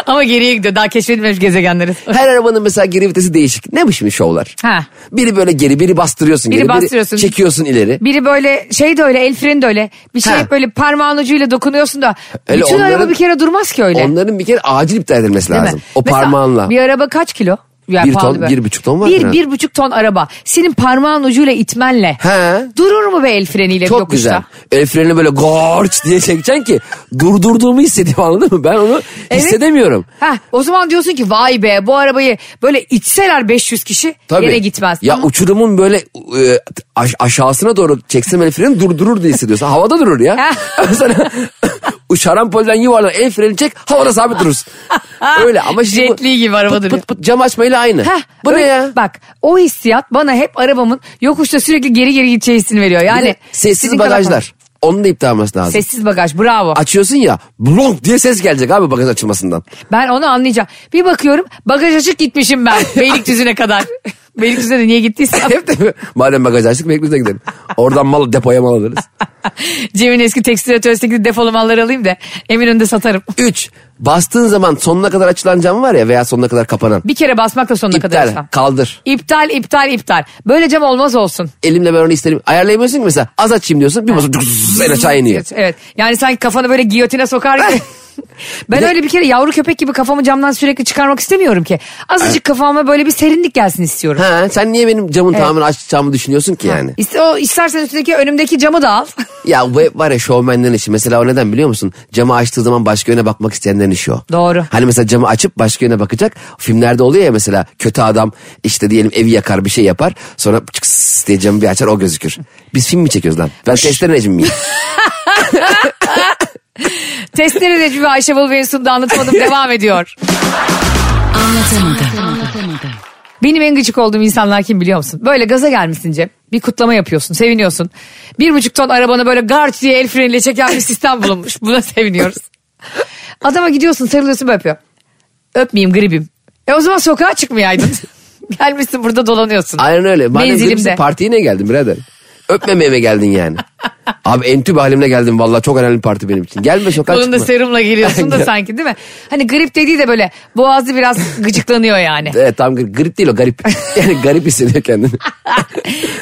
Speaker 2: Ama geriye gidiyor. Daha keşfedilmemiş gezegenleriz.
Speaker 3: Her arabanın mesela geri vitesi değişik. Ne bu şimdi şovlar?
Speaker 2: Ha.
Speaker 3: Biri böyle geri, biri bastırıyorsun
Speaker 2: Biri
Speaker 3: geri,
Speaker 2: bastırıyorsun.
Speaker 3: biri çekiyorsun ileri.
Speaker 2: Biri böyle şey de öyle el freni de öyle. Bir şey
Speaker 3: Ha.
Speaker 2: hep böyle parmağın ucuyla dokunuyorsun da.
Speaker 3: Öyle
Speaker 2: bütün
Speaker 3: onların-
Speaker 2: araba bir kere durmaz ki öyle.
Speaker 3: Onların bir kere acil iptal edilmesi
Speaker 2: Değil mi?
Speaker 3: lazım. O
Speaker 2: Mesela
Speaker 3: parmağınla.
Speaker 2: Bir araba kaç kilo? Yani
Speaker 3: Bir
Speaker 2: pahalı
Speaker 3: ton,
Speaker 2: böyle.
Speaker 3: bir buçuk ton var
Speaker 2: Bir,
Speaker 3: herhalde.
Speaker 2: bir buçuk ton araba. Senin parmağın ucuyla itmenle.
Speaker 3: He.
Speaker 2: Durur mu be el freniyle
Speaker 3: Çok
Speaker 2: yokuşta?
Speaker 3: güzel. El frenini böyle gorç diye çekeceksin ki durdurduğumu hissediyorum anladın mı? Ben onu
Speaker 2: Evet.
Speaker 3: hissedemiyorum.
Speaker 2: Heh, o zaman diyorsun ki vay be bu arabayı böyle içseler 500 kişi
Speaker 3: Tabii.
Speaker 2: yere gitmez.
Speaker 3: Ya
Speaker 2: Ama-
Speaker 3: uçurumun böyle e, aş- aşağısına doğru çeksem el freni durdurur diye hissediyorsun. Havada durur ya. Sana şarampolden yuvarlan el freni çek havada sabit durursun. Öyle ama şimdi bu
Speaker 2: Jetli gibi araba
Speaker 3: pıt
Speaker 2: duruyor.
Speaker 3: pıt pıt cam açmayla aynı.
Speaker 2: Heh,
Speaker 3: bu ne
Speaker 2: öyle-
Speaker 3: ya?
Speaker 2: Bak o hissiyat bana hep arabamın yokuşta sürekli geri geri gideceği hissini veriyor.
Speaker 3: Bir de
Speaker 2: Yani
Speaker 3: sessiz
Speaker 2: istediğin kadar konuş.
Speaker 3: bagajlar. Onun da iptal olması lazım.
Speaker 2: Sessiz bagaj bravo.
Speaker 3: Açıyorsun ya blonk diye ses gelecek abi bagaj açılmasından.
Speaker 2: Ben onu anlayacağım. Bir bakıyorum bagaj açık gitmişim ben Beylikdüzü'ne kadar. Beylikdüzü'ne de niye gittiysem.
Speaker 3: Hep de madem bagaj açtık Meklis'e gidelim. Oradan mal depoya mal alırız.
Speaker 2: Cem'in eski tekstil atölyesindeki defolu malları alayım da Eminönü'nde satarım.
Speaker 3: 3. Bastığın zaman sonuna kadar açılan cam var ya veya sonuna kadar kapanan.
Speaker 2: Bir kere basmakla sonuna kadar
Speaker 3: İptal.
Speaker 2: yaşam.
Speaker 3: Kaldır.
Speaker 2: İptal iptal iptal. Böyle cam olmaz olsun.
Speaker 3: Elimle ben onu isterim. Ayarlayamıyorsun ki mesela. Az açayım diyorsun. Bir basıp zzz, en aşağı iniyor.
Speaker 2: Evet. Yani sanki kafanı böyle giyotine sokar gibi. Ben
Speaker 3: Bir de-
Speaker 2: öyle bir kere yavru köpek gibi kafamı camdan sürekli çıkarmak istemiyorum ki. Azıcık kafama böyle bir serinlik gelsin istiyorum.
Speaker 3: Ha, sen niye benim camın tamamını açacağımı düşünüyorsun ki yani?
Speaker 2: İste, o istersen üstündeki önümdeki camı da al.
Speaker 3: Ya bu hep var ya şovmenlerin işi. Mesela o neden biliyor musun? Camı açtığı zaman başka yöne bakmak isteyenlerin işi o.
Speaker 2: Doğru.
Speaker 3: Hani mesela camı açıp başka yöne bakacak. Filmlerde oluyor ya mesela kötü adam işte diyelim evi yakar bir şey yapar. Sonra çıks diye camı bir açar o gözükür. Biz film mi çekiyoruz lan? Ben testere Necmi miyim?
Speaker 2: Testleri Recep ve Ayşe Balıbey'in sunduğu anlatmadım devam ediyor. Benim en gıcık olduğum insanlar kim biliyor musun? Böyle gaza gelmişsin Cem. Bir kutlama yapıyorsun, seviniyorsun. Bir buçuk ton arabana böyle garç diye el freniyle çeken bir sistem bulunmuş. Buna seviniyoruz. Adama gidiyorsun, sarılıyorsun böyle yapıyor. Öpmeyeyim gribim. E o zaman sokağa çıkmayaydın. Gelmişsin burada dolanıyorsun.
Speaker 3: Aynen öyle. Madem
Speaker 2: Menzilimde.
Speaker 3: gülümse partiye ne geldin birader? Öpmemeye mi geldin yani? Abi entübe halimle geldim valla çok önemli bir parti benim için. Gelme sokağa
Speaker 2: Kolunda
Speaker 3: çıkma.
Speaker 2: serumla geliyorsun da sanki değil mi? Hani grip dediği de böyle boğazı biraz gıcıklanıyor yani.
Speaker 3: Evet tam gri- grip değil o garip. Yani garip hissediyor kendini.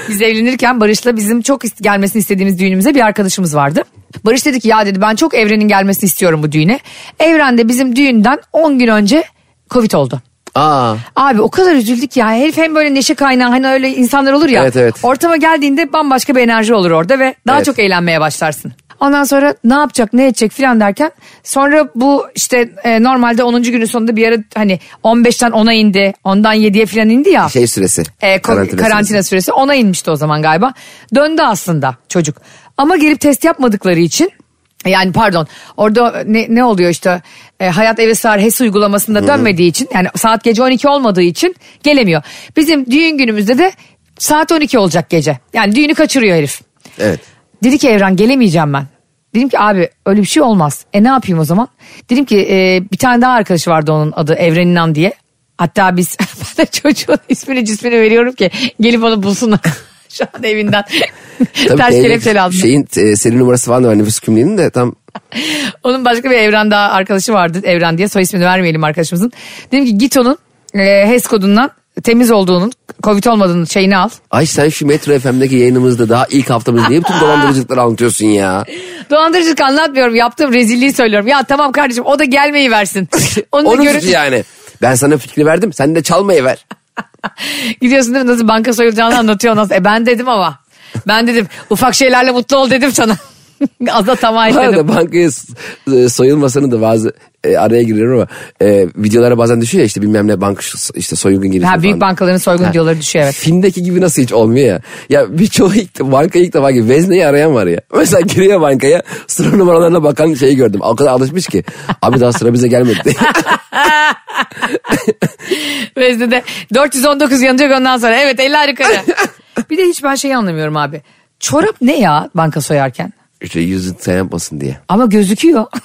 Speaker 2: Biz evlenirken Barış'la bizim çok ist- gelmesini istediğimiz düğünümüze bir arkadaşımız vardı. Barış dedi ki ya dedi ben çok Evren'in gelmesini istiyorum bu düğüne. Evren de bizim düğünden 10 gün önce Covid oldu.
Speaker 3: Aa,
Speaker 2: Abi o kadar üzüldük ya. Herif hem böyle neşe kaynağı hani öyle insanlar olur ya.
Speaker 3: Evet, evet.
Speaker 2: Ortama geldiğinde bambaşka bir enerji olur orada ve daha
Speaker 3: Evet.
Speaker 2: çok eğlenmeye başlarsın. Ondan sonra ne yapacak ne edecek filan derken sonra bu işte e, normalde 10. günün sonunda bir ara hani 15'ten 10'a indi ondan 7'ye filan indi ya.
Speaker 3: şey süresi.
Speaker 2: E, ko- karantina, süresi. ona inmişti o zaman galiba. Döndü aslında çocuk. Ama gelip test yapmadıkları için yani pardon orada ne, ne oluyor işte e, Hayat Eve Sar HES uygulamasında dönmediği için yani saat gece 12 olmadığı için gelemiyor. Bizim düğün günümüzde de saat 12 olacak gece. Yani düğünü kaçırıyor herif.
Speaker 3: Evet.
Speaker 2: Dedi ki Evren gelemeyeceğim ben. Dedim ki abi öyle bir şey olmaz. E ne yapayım o zaman? Dedim ki "E, bir tane daha arkadaşı vardı onun adı Evren İnan diye. Hatta biz ben de çocuğun ismini cismini veriyorum ki gelip onu bulsunlar. Şu an evinden. Ters
Speaker 3: evlilik-
Speaker 2: kelepçeli aldım.
Speaker 3: Şeyin e, seri numarası falan da var nüfus kimliğinin de tam
Speaker 2: Onun başka bir Evren daha arkadaşı vardı Evren diye soy ismini vermeyelim arkadaşımızın. Dedim ki git onun e, HES kodundan temiz olduğunun, covid olmadığının şeyini al.
Speaker 3: Ay sen şu Metro FM'deki yayınımızda daha ilk haftamız niye bütün dolandırıcılıkları anlatıyorsun ya?
Speaker 2: Dolandırıcılık anlatmıyorum. Yaptığım rezilliği söylüyorum. Ya tamam kardeşim o da gelmeyi versin. Onu da
Speaker 3: Onun
Speaker 2: görün-
Speaker 3: suçu yani. Ben sana fikri verdim sen de çalmayı ver.
Speaker 2: Gidiyorsun değil mi? Nasıl banka soyulacağını anlatıyor. Nasıl? E ben dedim ama. Ben dedim ufak şeylerle mutlu ol dedim sana. Az da tamah
Speaker 3: Bu
Speaker 2: etmedim.
Speaker 3: arada bankaya s- e, soyulmasını da bazı e, araya giriyorum ama e, videolara bazen düşüyor ya işte bilmem ne banka şu- işte soygun girişimi
Speaker 2: Ha, büyük
Speaker 3: falan.
Speaker 2: bankaların soygun
Speaker 3: Ha.
Speaker 2: videoları düşüyor evet.
Speaker 3: Filmdeki gibi nasıl hiç olmuyor ya. Ya birçoğu ilk, banka ilk defa gibi vezneyi arayan var ya. Mesela giriyor bankaya sıra numaralarına bakan şeyi gördüm. O kadar alışmış ki. Abi daha sıra bize gelmedi diye.
Speaker 2: Vezne'de 419 yanacak ondan sonra. Evet 50 yukarı. bir de hiç ben şeyi anlamıyorum abi. Çorap ne ya banka soyarken?
Speaker 3: işte yüzü sen yapmasın diye.
Speaker 2: Ama gözüküyor.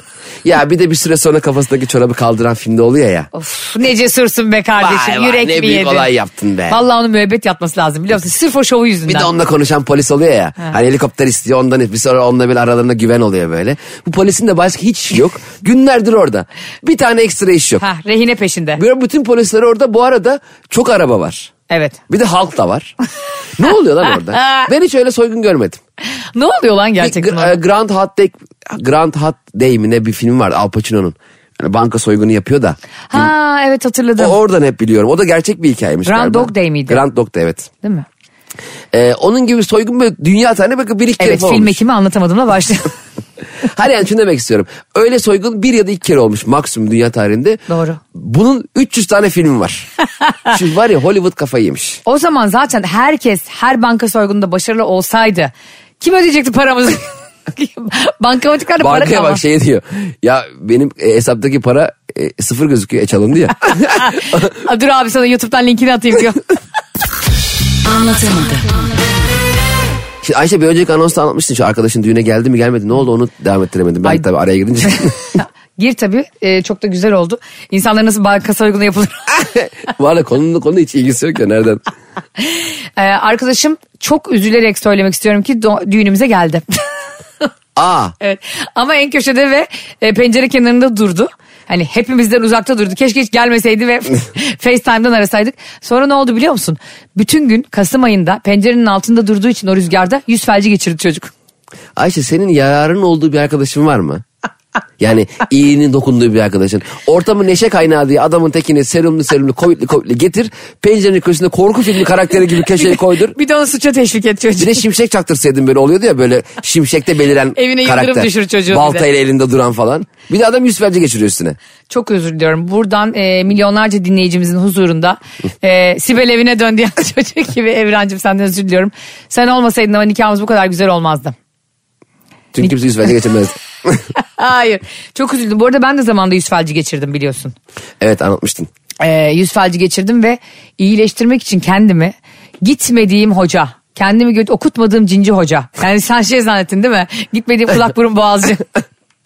Speaker 3: Ya bir de bir süre sonra kafasındaki çorabı kaldıran filmde oluyor ya.
Speaker 2: Of ne cesursun be kardeşim.
Speaker 3: Vay vay,
Speaker 2: Yürek
Speaker 3: ne
Speaker 2: mi
Speaker 3: büyük
Speaker 2: yedin?
Speaker 3: olay yaptın be.
Speaker 2: Vallahi onun müebbet yatması lazım biliyor musun? Sırf o şovu yüzünden.
Speaker 3: Bir de onunla konuşan polis oluyor ya. Hani helikopter istiyor ondan bir sonra onunla böyle aralarında güven oluyor böyle. Bu polisin de başka hiç işi yok. Günlerdir orada. Bir tane ekstra iş yok.
Speaker 2: Ha, rehine peşinde.
Speaker 3: Böyle bütün polisler orada bu arada çok araba var.
Speaker 2: Evet.
Speaker 3: Bir de halk da var. ne oluyor lan orada? Ben hiç öyle soygun görmedim.
Speaker 2: Ne oluyor lan
Speaker 3: Bir
Speaker 2: gerçekten?
Speaker 3: Gr- e,
Speaker 2: orada?
Speaker 3: Grand Hot Day, Grand Hot Day mi ne bir film vardı Al Pacino'nun. Yani banka soygunu yapıyor da.
Speaker 2: ha evet
Speaker 3: O
Speaker 2: hatırladım.
Speaker 3: oradan hep biliyorum. O da gerçek bir hikayeymiş
Speaker 2: Grand
Speaker 3: galiba.
Speaker 2: Dog Day miydi?
Speaker 3: Grand Dog Day evet.
Speaker 2: Değil mi?
Speaker 3: Ee, onun gibi soygun böyle dünya tane bakın bir iki kere
Speaker 2: Evet
Speaker 3: falan
Speaker 2: film
Speaker 3: olmuş.
Speaker 2: ekimi anlatamadığımla başlayalım.
Speaker 3: Hayır yani şunu demek istiyorum. Öyle soygun bir ya da iki kere olmuş maksimum dünya tarihinde.
Speaker 2: Doğru.
Speaker 3: Bunun 300 tane filmi var. Şimdi var ya Hollywood kafayı yemiş.
Speaker 2: o zaman zaten herkes her banka soygununda başarılı olsaydı kim ödeyecekti paramızı? Bankamatiklerde para
Speaker 3: Bankaya
Speaker 2: kalmaz.
Speaker 3: bak şey diyor. Ya benim e, hesaptaki para e, sıfır gözüküyor e çalındı ya.
Speaker 2: Aa, Dur abi sana YouTube'dan linkini atayım diyor.
Speaker 3: Şimdi Ayşe bir önceki anonsta anlatmıştın şu arkadaşın düğüne geldi mi gelmedi ne oldu onu devam ettiremedim. Ben
Speaker 2: Ay.
Speaker 3: tabii araya girince.
Speaker 2: Gir tabii e, çok da güzel oldu. İnsanlar nasıl banka soygunu yapılır?
Speaker 3: Bu arada konunun konu hiç ilgisi yok ya nereden.
Speaker 2: Ee, arkadaşım çok üzülerek söylemek istiyorum ki do- düğünümüze geldi.
Speaker 3: Aa
Speaker 2: evet. Ama en köşede ve e, pencere kenarında durdu. Hani hepimizden uzakta durdu. Keşke hiç gelmeseydi ve FaceTime'dan arasaydık. Sonra ne oldu biliyor musun? Bütün gün Kasım ayında pencerenin altında durduğu için o rüzgarda yüz felci geçirdi çocuk.
Speaker 3: Ayşe senin yararın olduğu bir arkadaşın var mı? Yani iyinin dokunduğu bir arkadaşın. Ortamı neşe kaynağı diye adamın tekini serumlu serumlu covidli covidli getir. Pencerenin köşesinde korku filmi karakteri gibi köşeye şey koydur.
Speaker 2: Bir de onu suça teşvik et
Speaker 3: Bir
Speaker 2: çocuk.
Speaker 3: de şimşek çaktırsaydın böyle oluyordu ya böyle şimşekte beliren
Speaker 2: Evine yıldırım
Speaker 3: karakter.
Speaker 2: düşür çocuğu bir de.
Speaker 3: Baltayla elinde duran falan. Bir de adam yüz felci geçiriyor üstüne.
Speaker 2: Çok özür diliyorum. Buradan e, milyonlarca dinleyicimizin huzurunda e, Sibel evine dön diyen çocuk gibi Evrancığım senden özür diliyorum. Sen olmasaydın ama nikahımız bu kadar güzel olmazdı.
Speaker 3: Çünkü kimse yüz felci geçirmez.
Speaker 2: Hayır. Çok üzüldüm. Bu arada ben de zamanında yüz felci geçirdim biliyorsun.
Speaker 3: evet anlatmıştın.
Speaker 2: Ee, yüz felci geçirdim ve iyileştirmek için kendimi gitmediğim hoca, kendimi gö- okutmadığım cinci hoca. Yani sen şey zannettin değil mi? Gitmediğim kulak burun boğazcı.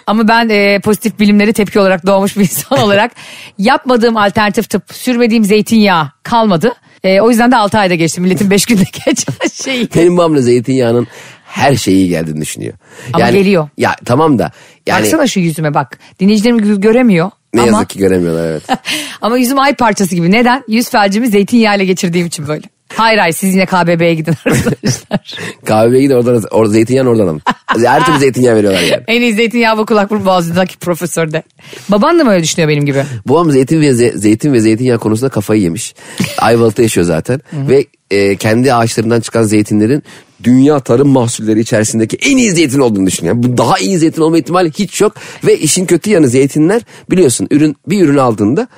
Speaker 2: Ama ben e, pozitif bilimlere tepki olarak doğmuş bir insan olarak yapmadığım alternatif tıp, sürmediğim zeytinyağı kalmadı. E, o yüzden de 6 ayda geçti. Milletin 5 günde geçen şey. şeyi.
Speaker 3: Benim babam da zeytinyağının her şeyi iyi geldiğini düşünüyor.
Speaker 2: Ama geliyor.
Speaker 3: Ya tamam da. Yani
Speaker 2: Baksana şu yüzüme bak. Dinleyicilerim gö- göremiyor.
Speaker 3: ne
Speaker 2: ama,
Speaker 3: yazık ki göremiyorlar evet.
Speaker 2: Ama yüzüm ay parçası gibi. Neden? Yüz felcimi zeytinyağıyla geçirdiğim için böyle. Hayır hayır siz yine KBB'ye gidin arkadaşlar.
Speaker 3: Kahveye gidin oradan, or, zeytinyağını oradan alın. Her türlü zeytinyağı veriyorlar yani.
Speaker 2: en iyi zeytinyağı bu kulak burun boğazındaki profesörde. Baban da mı öyle düşünüyor benim gibi?
Speaker 3: Babam zeytin ve ze- zeytin ve zeytinyağı konusunda kafayı yemiş. Ayvalık'ta yaşıyor zaten ve e, kendi ağaçlarından çıkan zeytinlerin dünya tarım mahsulleri içerisindeki en iyi zeytin olduğunu düşünüyor. Bu daha iyi zeytin olma ihtimali hiç yok ve işin kötü yanı zeytinler biliyorsun ürün bir ürün aldığında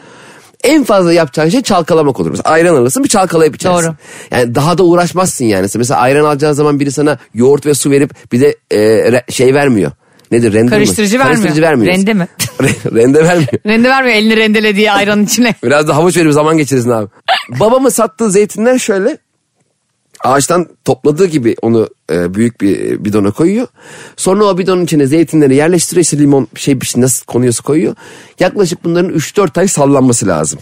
Speaker 3: en fazla yapacağın şey çalkalamak olur. Mesela ayran alırsın bir çalkalayıp içersin.
Speaker 2: Doğru.
Speaker 3: Yani daha da uğraşmazsın yani. Mesela ayran alacağın zaman biri sana yoğurt ve su verip bir de e, re- şey vermiyor. Nedir rende mi?
Speaker 2: Karıştırıcı vermiyor.
Speaker 3: Karıştırıcı vermiyor.
Speaker 2: Rende mi?
Speaker 3: Re- rende vermiyor.
Speaker 2: Rende vermiyor elini rendele diye ayranın içine.
Speaker 3: Biraz da havuç verip zaman geçirirsin abi. Babamın sattığı zeytinler şöyle. Ağaçtan topladığı gibi onu e, büyük bir bidona koyuyor. Sonra o bidonun içine zeytinleri yerleştiriyor. İşte limon bir şey bir şey nasıl konuyorsa koyuyor. Yaklaşık bunların 3-4 ay sallanması lazım.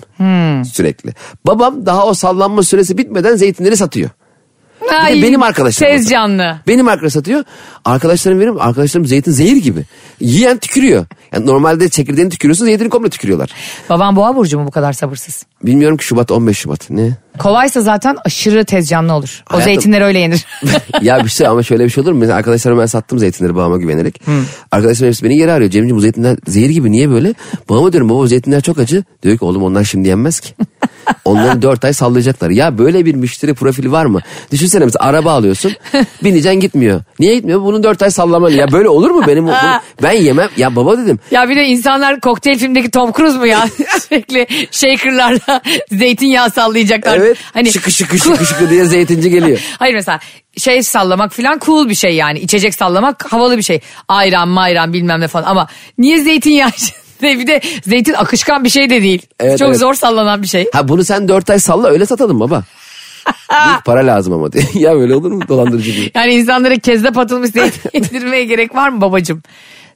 Speaker 3: Sürekli. Babam daha o sallanma süresi bitmeden zeytinleri satıyor. Bir de
Speaker 2: Ay,
Speaker 3: benim arkadaşlarım.
Speaker 2: Tez
Speaker 3: satıyor.
Speaker 2: canlı.
Speaker 3: Benim arkadaş satıyor. Arkadaşlarım benim. Arkadaşlarım zeytin zehir gibi. Yiyen tükürüyor. Yani normalde çekirdeğini tükürüyorsun zeytini komple tükürüyorlar.
Speaker 2: Baban boğa burcu mu bu kadar sabırsız?
Speaker 3: Bilmiyorum ki Şubat 15 Şubat ne?
Speaker 2: Kovaysa zaten aşırı tez canlı olur. O
Speaker 3: Hayatım-
Speaker 2: zeytinler öyle yenir.
Speaker 3: ya bir şey ama şöyle bir şey olur mu? Mesela arkadaşlarıma ben sattım zeytinleri babama güvenerek. Arkadaşlarım hepsi beni geri arıyor. Cemciğim bu zeytinler zehir gibi niye böyle? Babama diyorum baba bu zeytinler çok acı. Diyor ki oğlum onlar şimdi yenmez ki. Onları dört ay sallayacaklar. Ya böyle bir müşteri profili var mı? Düşünsene mesela araba alıyorsun. Bineceksin gitmiyor. Niye gitmiyor? Bunu dört ay sallamalı. Ya böyle olur mu benim? bunu- ben yemem. Ya baba dedim.
Speaker 2: ya bir de insanlar kokteyl filmdeki Tom Cruise mu ya? Sürekli shakerlarla zeytinyağı sallayacaklar. Hani
Speaker 3: Evet. şıkı şıkı şıkı şıkı diye zeytinci geliyor.
Speaker 2: Hayır mesela şey sallamak falan cool bir şey yani. İçecek sallamak havalı bir şey. Ayran mayran bilmem ne falan ama niye zeytinyağı? bir de zeytin akışkan bir şey de değil.
Speaker 3: Evet,
Speaker 2: Çok
Speaker 3: evet.
Speaker 2: zor sallanan bir şey.
Speaker 3: Ha bunu sen dört ay salla öyle satalım baba. Büyük para lazım ama diye. ya böyle olur mu dolandırıcı diye.
Speaker 2: Yani insanlara kezzap atılmış zeytin yedirmeye gerek var mı babacığım?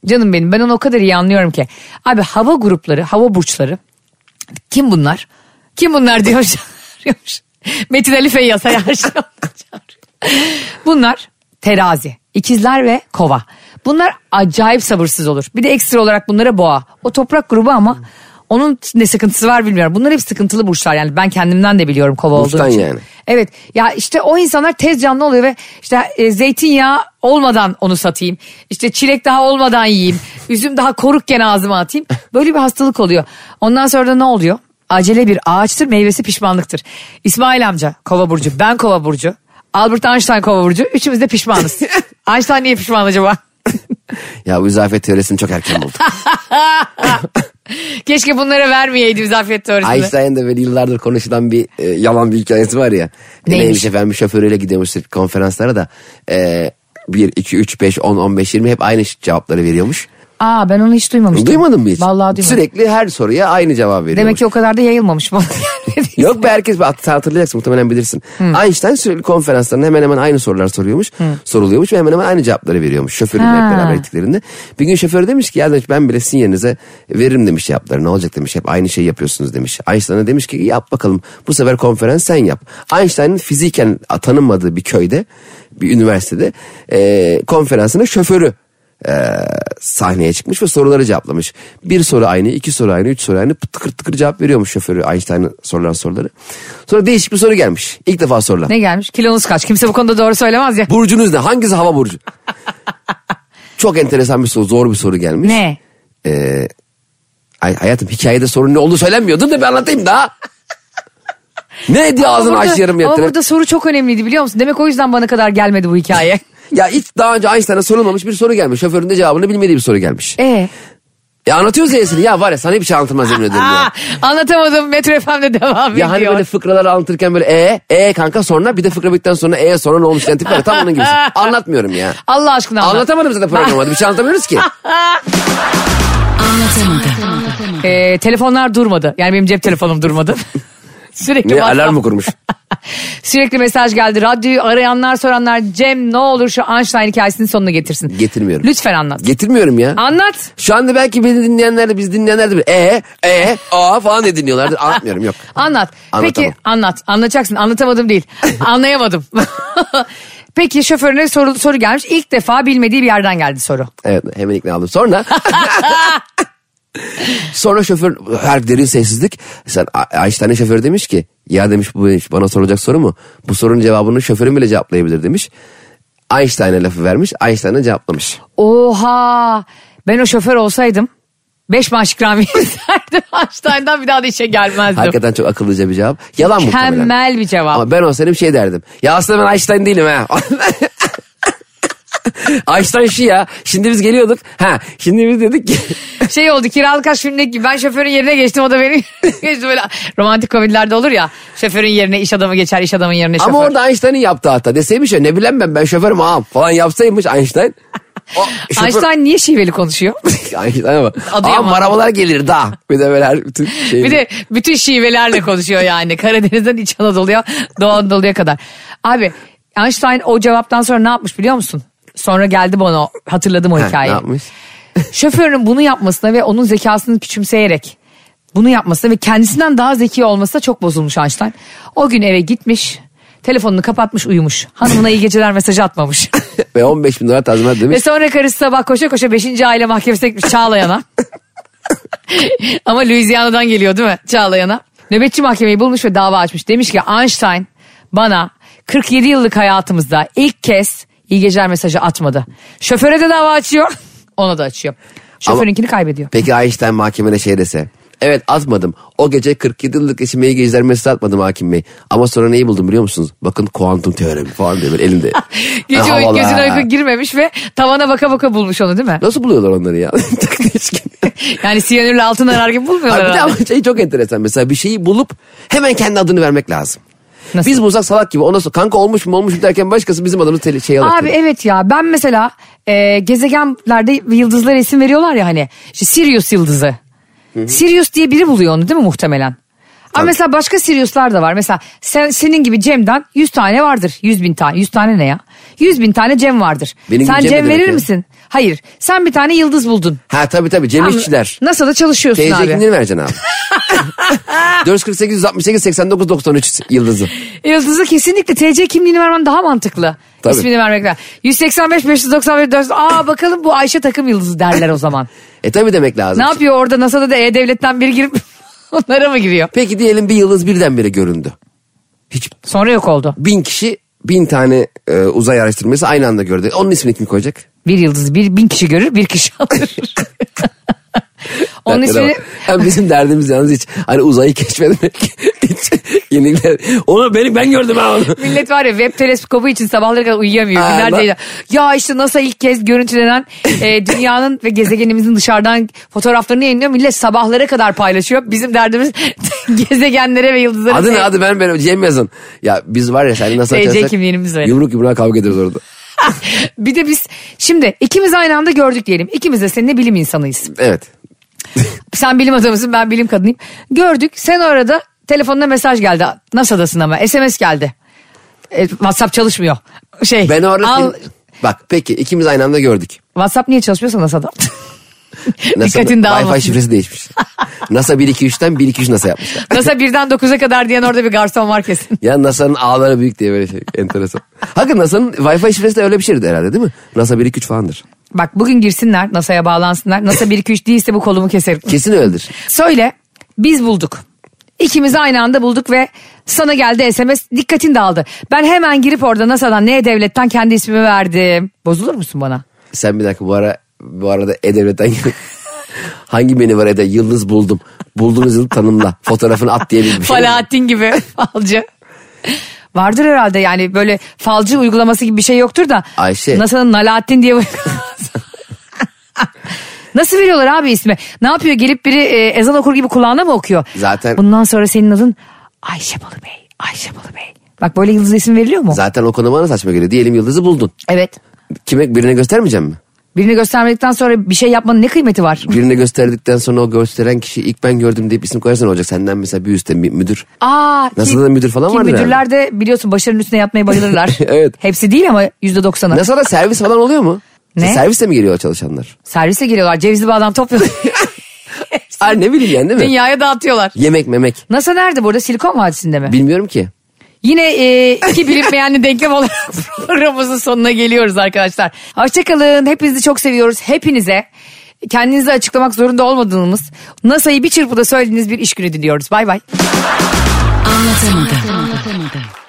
Speaker 2: Canım benim ben onu o kadar iyi anlıyorum ki. Abi hava grupları, hava burçları. Kim bunlar? Kim bunlar diyor. çağırıyormuş. Metin Ali Feyyaz her şey çağırıyor. Bunlar terazi, ikizler ve kova. Bunlar acayip sabırsız olur. Bir de ekstra olarak bunlara boğa. O toprak grubu ama onun ne sıkıntısı var bilmiyorum. Bunlar hep sıkıntılı burçlar yani ben kendimden de biliyorum kova
Speaker 3: Burçtan
Speaker 2: olduğum için.
Speaker 3: yani.
Speaker 2: Evet ya işte o insanlar tez canlı oluyor ve işte e, zeytinyağı olmadan onu satayım. İşte çilek daha olmadan yiyeyim. Üzüm daha korukken ağzıma atayım. Böyle bir hastalık oluyor. Ondan sonra da ne oluyor? Acele bir ağaçtır meyvesi pişmanlıktır. İsmail amca kova burcu ben kova burcu. Albert Einstein kova burcu üçümüz de pişmanız. Einstein niye pişman acaba?
Speaker 3: Ya bu izafiyet teorisini çok erken bulduk.
Speaker 2: Keşke bunlara vermeyeydim zafiyet teorisini.
Speaker 3: Einstein'ın da böyle yıllardır konuşulan bir e, yalan bir hikayesi var ya.
Speaker 2: Neymiş?
Speaker 3: Neymiş efendim şoförüyle gidiyormuş sırf konferanslara da e, 1, 2, 3, 5, 10, 15, 20 hep aynı cevapları veriyormuş.
Speaker 2: Aa ben onu hiç duymamıştım.
Speaker 3: Duymadın mı hiç?
Speaker 2: Vallahi duymadım.
Speaker 3: Sürekli her soruya aynı cevap veriyormuş.
Speaker 2: Demek ki o kadar da yayılmamış. bu.
Speaker 3: Yok be herkes bak, hatırlayacaksın muhtemelen bilirsin.
Speaker 2: Hmm.
Speaker 3: Einstein sürekli konferanslarında hemen hemen aynı sorular soruyormuş. Soruluyormuş ve hemen hemen aynı cevapları veriyormuş. Şoförüyle
Speaker 2: Ha.
Speaker 3: hep beraber gittiklerinde. Bir gün şoför demiş ki ya demiş, ben bile sizin yerinize veririm demiş cevapları. Ne olacak demiş hep aynı şeyi yapıyorsunuz demiş. Einstein'a demiş ki yap bakalım bu sefer konferans sen yap. Einstein'ın fiziken tanınmadığı bir köyde bir üniversitede e, konferansına şoförü e, sahneye çıkmış ve soruları cevaplamış. Bir soru aynı, iki soru aynı, üç soru aynı. Tıkır tıkır cevap veriyormuş şoförü Einstein'ın sorulan soruları. Sonra değişik bir soru gelmiş. İlk defa sorulan.
Speaker 2: ne gelmiş? Kilonuz kaç? Kimse bu konuda doğru söylemez ya.
Speaker 3: Burcunuz ne? Hangisi hava burcu? Çok enteresan bir soru, zor bir soru gelmiş.
Speaker 2: Ne?
Speaker 3: Ee, ay, hayatım hikayede sorun ne olduğu söylenmiyor. Dur da bir anlatayım daha. ne diye ağzını
Speaker 2: Ama
Speaker 3: aç
Speaker 2: burada-
Speaker 3: yarım
Speaker 2: Ama
Speaker 3: yaptın.
Speaker 2: burada soru çok önemliydi biliyor musun? Demek o yüzden bana kadar gelmedi bu hikaye.
Speaker 3: Ya hiç daha önce Einstein'a sorulmamış bir soru gelmiş. Şoförün de cevabını bilmediği bir soru gelmiş.
Speaker 2: Ee,
Speaker 3: Ya anlatıyoruz ya Esin'i. Ya var ya sana hiçbir şey anlatılmaz yemin ederim ya.
Speaker 2: aa, anlatamadım Metro FM'de devam
Speaker 3: Ya hani
Speaker 2: ediyor.
Speaker 3: böyle fıkraları anlatırken böyle e e kanka sonra bir de fıkra bittikten sonra e sonra ne olmuş diyen tipler var. tam onun gibisi. Anlatmıyorum ya.
Speaker 2: Allah aşkına anlat.
Speaker 3: Anlatamadım zaten programı. Bir şey anlatamıyoruz ki.
Speaker 2: Ee, telefonlar durmadı. Yani benim cep telefonum durmadı. Sürekli
Speaker 3: Niye
Speaker 2: WhatsApp-
Speaker 3: alarm mı kurmuş?
Speaker 2: Sürekli mesaj geldi. Radyoyu arayanlar soranlar Cem ne olur şu Einstein hikayesinin sonunu getirsin.
Speaker 3: Getirmiyorum.
Speaker 2: Lütfen anlat.
Speaker 3: Getirmiyorum ya.
Speaker 2: anlat.
Speaker 3: Şu anda belki beni dinleyenler de biz dinleyenler de bir e e a falan diye dinliyorlardır. Anlatmıyorum yok.
Speaker 2: Anlat. Peki
Speaker 3: Anlatamam.
Speaker 2: anlat. Anlatacaksın. Anlatamadım değil. Anlayamadım. Peki şoförüne soru, soru gelmiş. İlk defa bilmediği bir yerden geldi soru.
Speaker 3: Evet hemen ikna aldım. Sonra sonra şoför her derin sessizlik. Sen A- Einstein'ın şoförü demiş ki ya demiş bu hiç bana sorulacak soru mu? Bu sorunun cevabını şoförün bile cevaplayabilir demiş. Einstein'a lafı vermiş. Einstein'a cevaplamış.
Speaker 2: Oha ben o şoför olsaydım beş maaş ikramiye isterdim. Einstein'dan bir daha da işe gelmezdim.
Speaker 3: Hakikaten çok akıllıca bir cevap. Yalan muhtemelen.
Speaker 2: Mükemmel bir cevap.
Speaker 3: Ama ben olsaydım şey derdim. Ya aslında ben Einstein değilim ha. Einstein şu ya. Şimdi biz geliyorduk. Ha, şimdi biz dedik ki
Speaker 2: Şey oldu kiralık aşk filmindeki gibi ben şoförün yerine geçtim o da benim geçti böyle romantik komedilerde olur ya şoförün yerine iş adamı geçer iş adamın yerine şoför.
Speaker 3: Ama orada Einstein'ın yaptığı hata. Deseymiş ya ne bileyim ben ben şoförüm ağam falan yapsaymış Einstein. O, şoför-
Speaker 2: Einstein niye şiveli konuşuyor?
Speaker 3: Einstein'a bak.
Speaker 2: Adıyaman.
Speaker 3: Ağam arabalar gelir daha. Bir de böyle her bütün şey.
Speaker 2: Bir de bütün şivelerle konuşuyor yani. Karadeniz'den İç Anadolu'ya, Doğu Anadolu'ya kadar. Abi Einstein o cevaptan sonra ne yapmış biliyor musun? Sonra geldi bana o- hatırladım o
Speaker 3: Ha, Ne
Speaker 2: hikayeyi.
Speaker 3: yapmış?
Speaker 2: Şoförün bunu yapmasına ve onun zekasını küçümseyerek bunu yapmasına ve kendisinden daha zeki olmasına çok bozulmuş Einstein. O gün eve gitmiş, telefonunu kapatmış uyumuş. Hanımına iyi geceler mesajı atmamış.
Speaker 3: Ve 15 bin dolar tazminat
Speaker 2: Ve
Speaker 3: demiş.
Speaker 2: sonra karısı sabah koşa koşa 5. aile mahkemesine gitmiş Çağlayan'a. Ama Louisiana'dan geliyor değil mi Çağlayan'a? Nöbetçi mahkemeyi bulmuş ve dava açmış. Demiş ki Einstein bana 47 yıllık hayatımızda ilk kez iyi geceler mesajı atmadı. Şoföre de dava açıyor. Ona da açıyor. Şoförünkini kaybediyor.
Speaker 3: Peki Einstein mahkemene şey dese. Evet atmadım. O gece 47 yıllık eşime iyi geceler mesaj atmadım hakim bey. Ama sonra neyi buldum biliyor musunuz? Bakın kuantum teoremi falan diye böyle elinde.
Speaker 2: Gece uy-
Speaker 3: Havalı
Speaker 2: gözüne
Speaker 3: ha.
Speaker 2: uyku girmemiş ve tavana baka baka bulmuş onu değil mi?
Speaker 3: Nasıl buluyorlar onları ya?
Speaker 2: Yani siyanürle altın arar gibi bulmuyorlar.
Speaker 3: Abi bir de ama
Speaker 2: herhalde.
Speaker 3: şey çok enteresan mesela bir şeyi bulup hemen kendi adını vermek lazım.
Speaker 2: Nasıl?
Speaker 3: Biz bulsak salak gibi ona sor- kanka olmuş mu olmuş mu derken başkası bizim adımız tele- şey alır.
Speaker 2: Abi evet ya ben mesela e, gezegenlerde yıldızlara isim veriyorlar ya hani işte Sirius yıldızı. Sirius diye biri buluyor onu değil mi muhtemelen? Ama mesela başka Sirius'lar da var. Mesela sen, senin gibi Cem'den 100 tane vardır. 100 bin tane. 100 tane ne ya? 100 bin tane Cem vardır.
Speaker 3: Benim gibi
Speaker 2: sen
Speaker 3: Cem ne
Speaker 2: Cem
Speaker 3: demek
Speaker 2: verir
Speaker 3: ya?
Speaker 2: misin? Hayır. Sen bir tane yıldız buldun.
Speaker 3: Ha tabii tabii Cem İşçiler.
Speaker 2: Nasıl da çalışıyorsun
Speaker 3: TC
Speaker 2: abi.
Speaker 3: kimliğini vereceksin abi. 448 168 89 93 yıldızı.
Speaker 2: Yıldızı kesinlikle TC kimliğini vermen daha mantıklı.
Speaker 3: Tabii.
Speaker 2: İsmini vermekten. 185 595 400. Aa bakalım bu Ayşe takım yıldızı derler o zaman.
Speaker 3: E tabii demek lazım.
Speaker 2: ne yapıyor orada NASA'da da E-Devlet'ten biri girip onlara mı giriyor?
Speaker 3: Peki diyelim bir yıldız birdenbire göründü. Hiç
Speaker 2: Sonra yok oldu.
Speaker 3: bin kişi bin tane e, uzay araştırması aynı anda gördü. Onun ismini kim koyacak?
Speaker 2: Bir yıldız bir bin kişi görür bir kişi alır. Onun
Speaker 3: Dertlere
Speaker 2: ismini
Speaker 3: bak. Hem bizim derdimiz yalnız hiç hani uzayı keşfetmek. hiç yenilikler. Onu benim ben gördüm ha onu.
Speaker 2: millet var ya web teleskobu için sabahlara kadar uyuyamıyor.
Speaker 3: Aa,
Speaker 2: Günlerce
Speaker 3: bak.
Speaker 2: ya- ya işte NASA ilk kez görüntülenen e, dünyanın ve gezegenimizin dışarıdan fotoğraflarını yayınlıyor. Millet sabahlara kadar paylaşıyor. Bizim derdimiz gezegenlere ve yıldızlara.
Speaker 3: Adı ne adı ben ben Cem yazın. Ya biz var ya sen nasıl
Speaker 2: TC
Speaker 3: açarsak
Speaker 2: kimliğimiz var.
Speaker 3: Yumruk yumruğa kavga ediyoruz orada.
Speaker 2: Bir de biz şimdi ikimiz aynı anda gördük diyelim. İkimiz de seninle bilim insanıyız.
Speaker 3: Evet.
Speaker 2: Sen bilim adamısın ben bilim kadınıyım. Gördük sen orada telefonuna mesaj geldi. NASA'dasın ama SMS geldi. E, WhatsApp çalışmıyor. Şey,
Speaker 3: Ben orada
Speaker 2: al,
Speaker 3: film- Bak peki ikimiz aynı anda gördük.
Speaker 2: WhatsApp niye çalışmıyorsa NASA'da?
Speaker 3: NASA'nın
Speaker 2: Dikkatin dağılmasın.
Speaker 3: Wi-Fi şifresi değişmiş. NASA 1-2-3'ten 1-2-3 NASA yapmışlar.
Speaker 2: NASA birden 9'a kadar diyen orada bir garson var kesin.
Speaker 3: Ya NASA'nın ağları büyük diye böyle şey enteresan. Hakikaten NASA'nın Wi-Fi şifresi de öyle bir şeydi herhalde değil mi? NASA 1-2-3 falandır.
Speaker 2: Bak bugün girsinler NASA'ya bağlansınlar. NASA 1-2-3 değilse bu kolumu keserim.
Speaker 3: Kesin öyledir.
Speaker 2: Söyle biz bulduk. İkimiz aynı anda bulduk ve sana geldi SMS dikkatin dağıldı. Ben hemen girip orada NASA'dan ne devletten kendi ismimi verdim. Bozulur musun bana?
Speaker 3: Sen bir dakika bu ara bu arada E-Devlet'ten hangi menü var Ede? Yıldız buldum. Bulduğunuz yılı tanımla. Fotoğrafını at diye bir şey.
Speaker 2: Falahattin gibi falcı. Vardır herhalde yani böyle falcı uygulaması gibi bir şey yoktur da.
Speaker 3: Ayşe.
Speaker 2: NASA'nın Nalahattin diye Nasıl veriyorlar abi ismi? Ne yapıyor gelip biri e, ezan okur gibi kulağına mı okuyor?
Speaker 3: Zaten-
Speaker 2: Bundan sonra senin adın Ayşe Balı Bey. Ayşe Balı Bey. Bak böyle yıldız isim veriliyor mu?
Speaker 3: Zaten o konu bana saçma geliyor. Diyelim yıldızı buldun.
Speaker 2: Evet.
Speaker 3: Kime birine göstermeyeceğim mi?
Speaker 2: Birini göstermedikten sonra bir şey yapmanın ne kıymeti var?
Speaker 3: Birine gösterdikten sonra o gösteren kişi ilk ben gördüm deyip isim koyarsan ne olacak. Senden mesela bir üstte mi- müdür.
Speaker 2: Aa,
Speaker 3: NASA'da da müdür falan
Speaker 2: ki
Speaker 3: vardır
Speaker 2: Müdürler de biliyorsun başarının üstüne yatmaya bayılırlar.
Speaker 3: Evet.
Speaker 2: Hepsi değil ama yüzde doksanı.
Speaker 3: NASA'da servis falan oluyor mu?
Speaker 2: Ne?
Speaker 3: Servisle mi geliyor çalışanlar?
Speaker 2: Servise geliyorlar cevizli badem topluyorlar.
Speaker 3: Ay ne bileyim yani değil mi?
Speaker 2: Dünyaya dağıtıyorlar.
Speaker 3: Yemek memek.
Speaker 2: NASA nerede burada Silikon Vadisi'nde mi?
Speaker 3: Bilmiyorum ki.
Speaker 2: Yine e, iki bilinmeyenli denklem olarak programımızın sonuna geliyoruz arkadaşlar. Hoşçakalın. Hepinizi çok seviyoruz. Hepinize kendinizi açıklamak zorunda olmadığımız NASA'yı bir çırpıda söylediğiniz bir iş günü diliyoruz. Bay bay.
Speaker 4: Anlatamadım.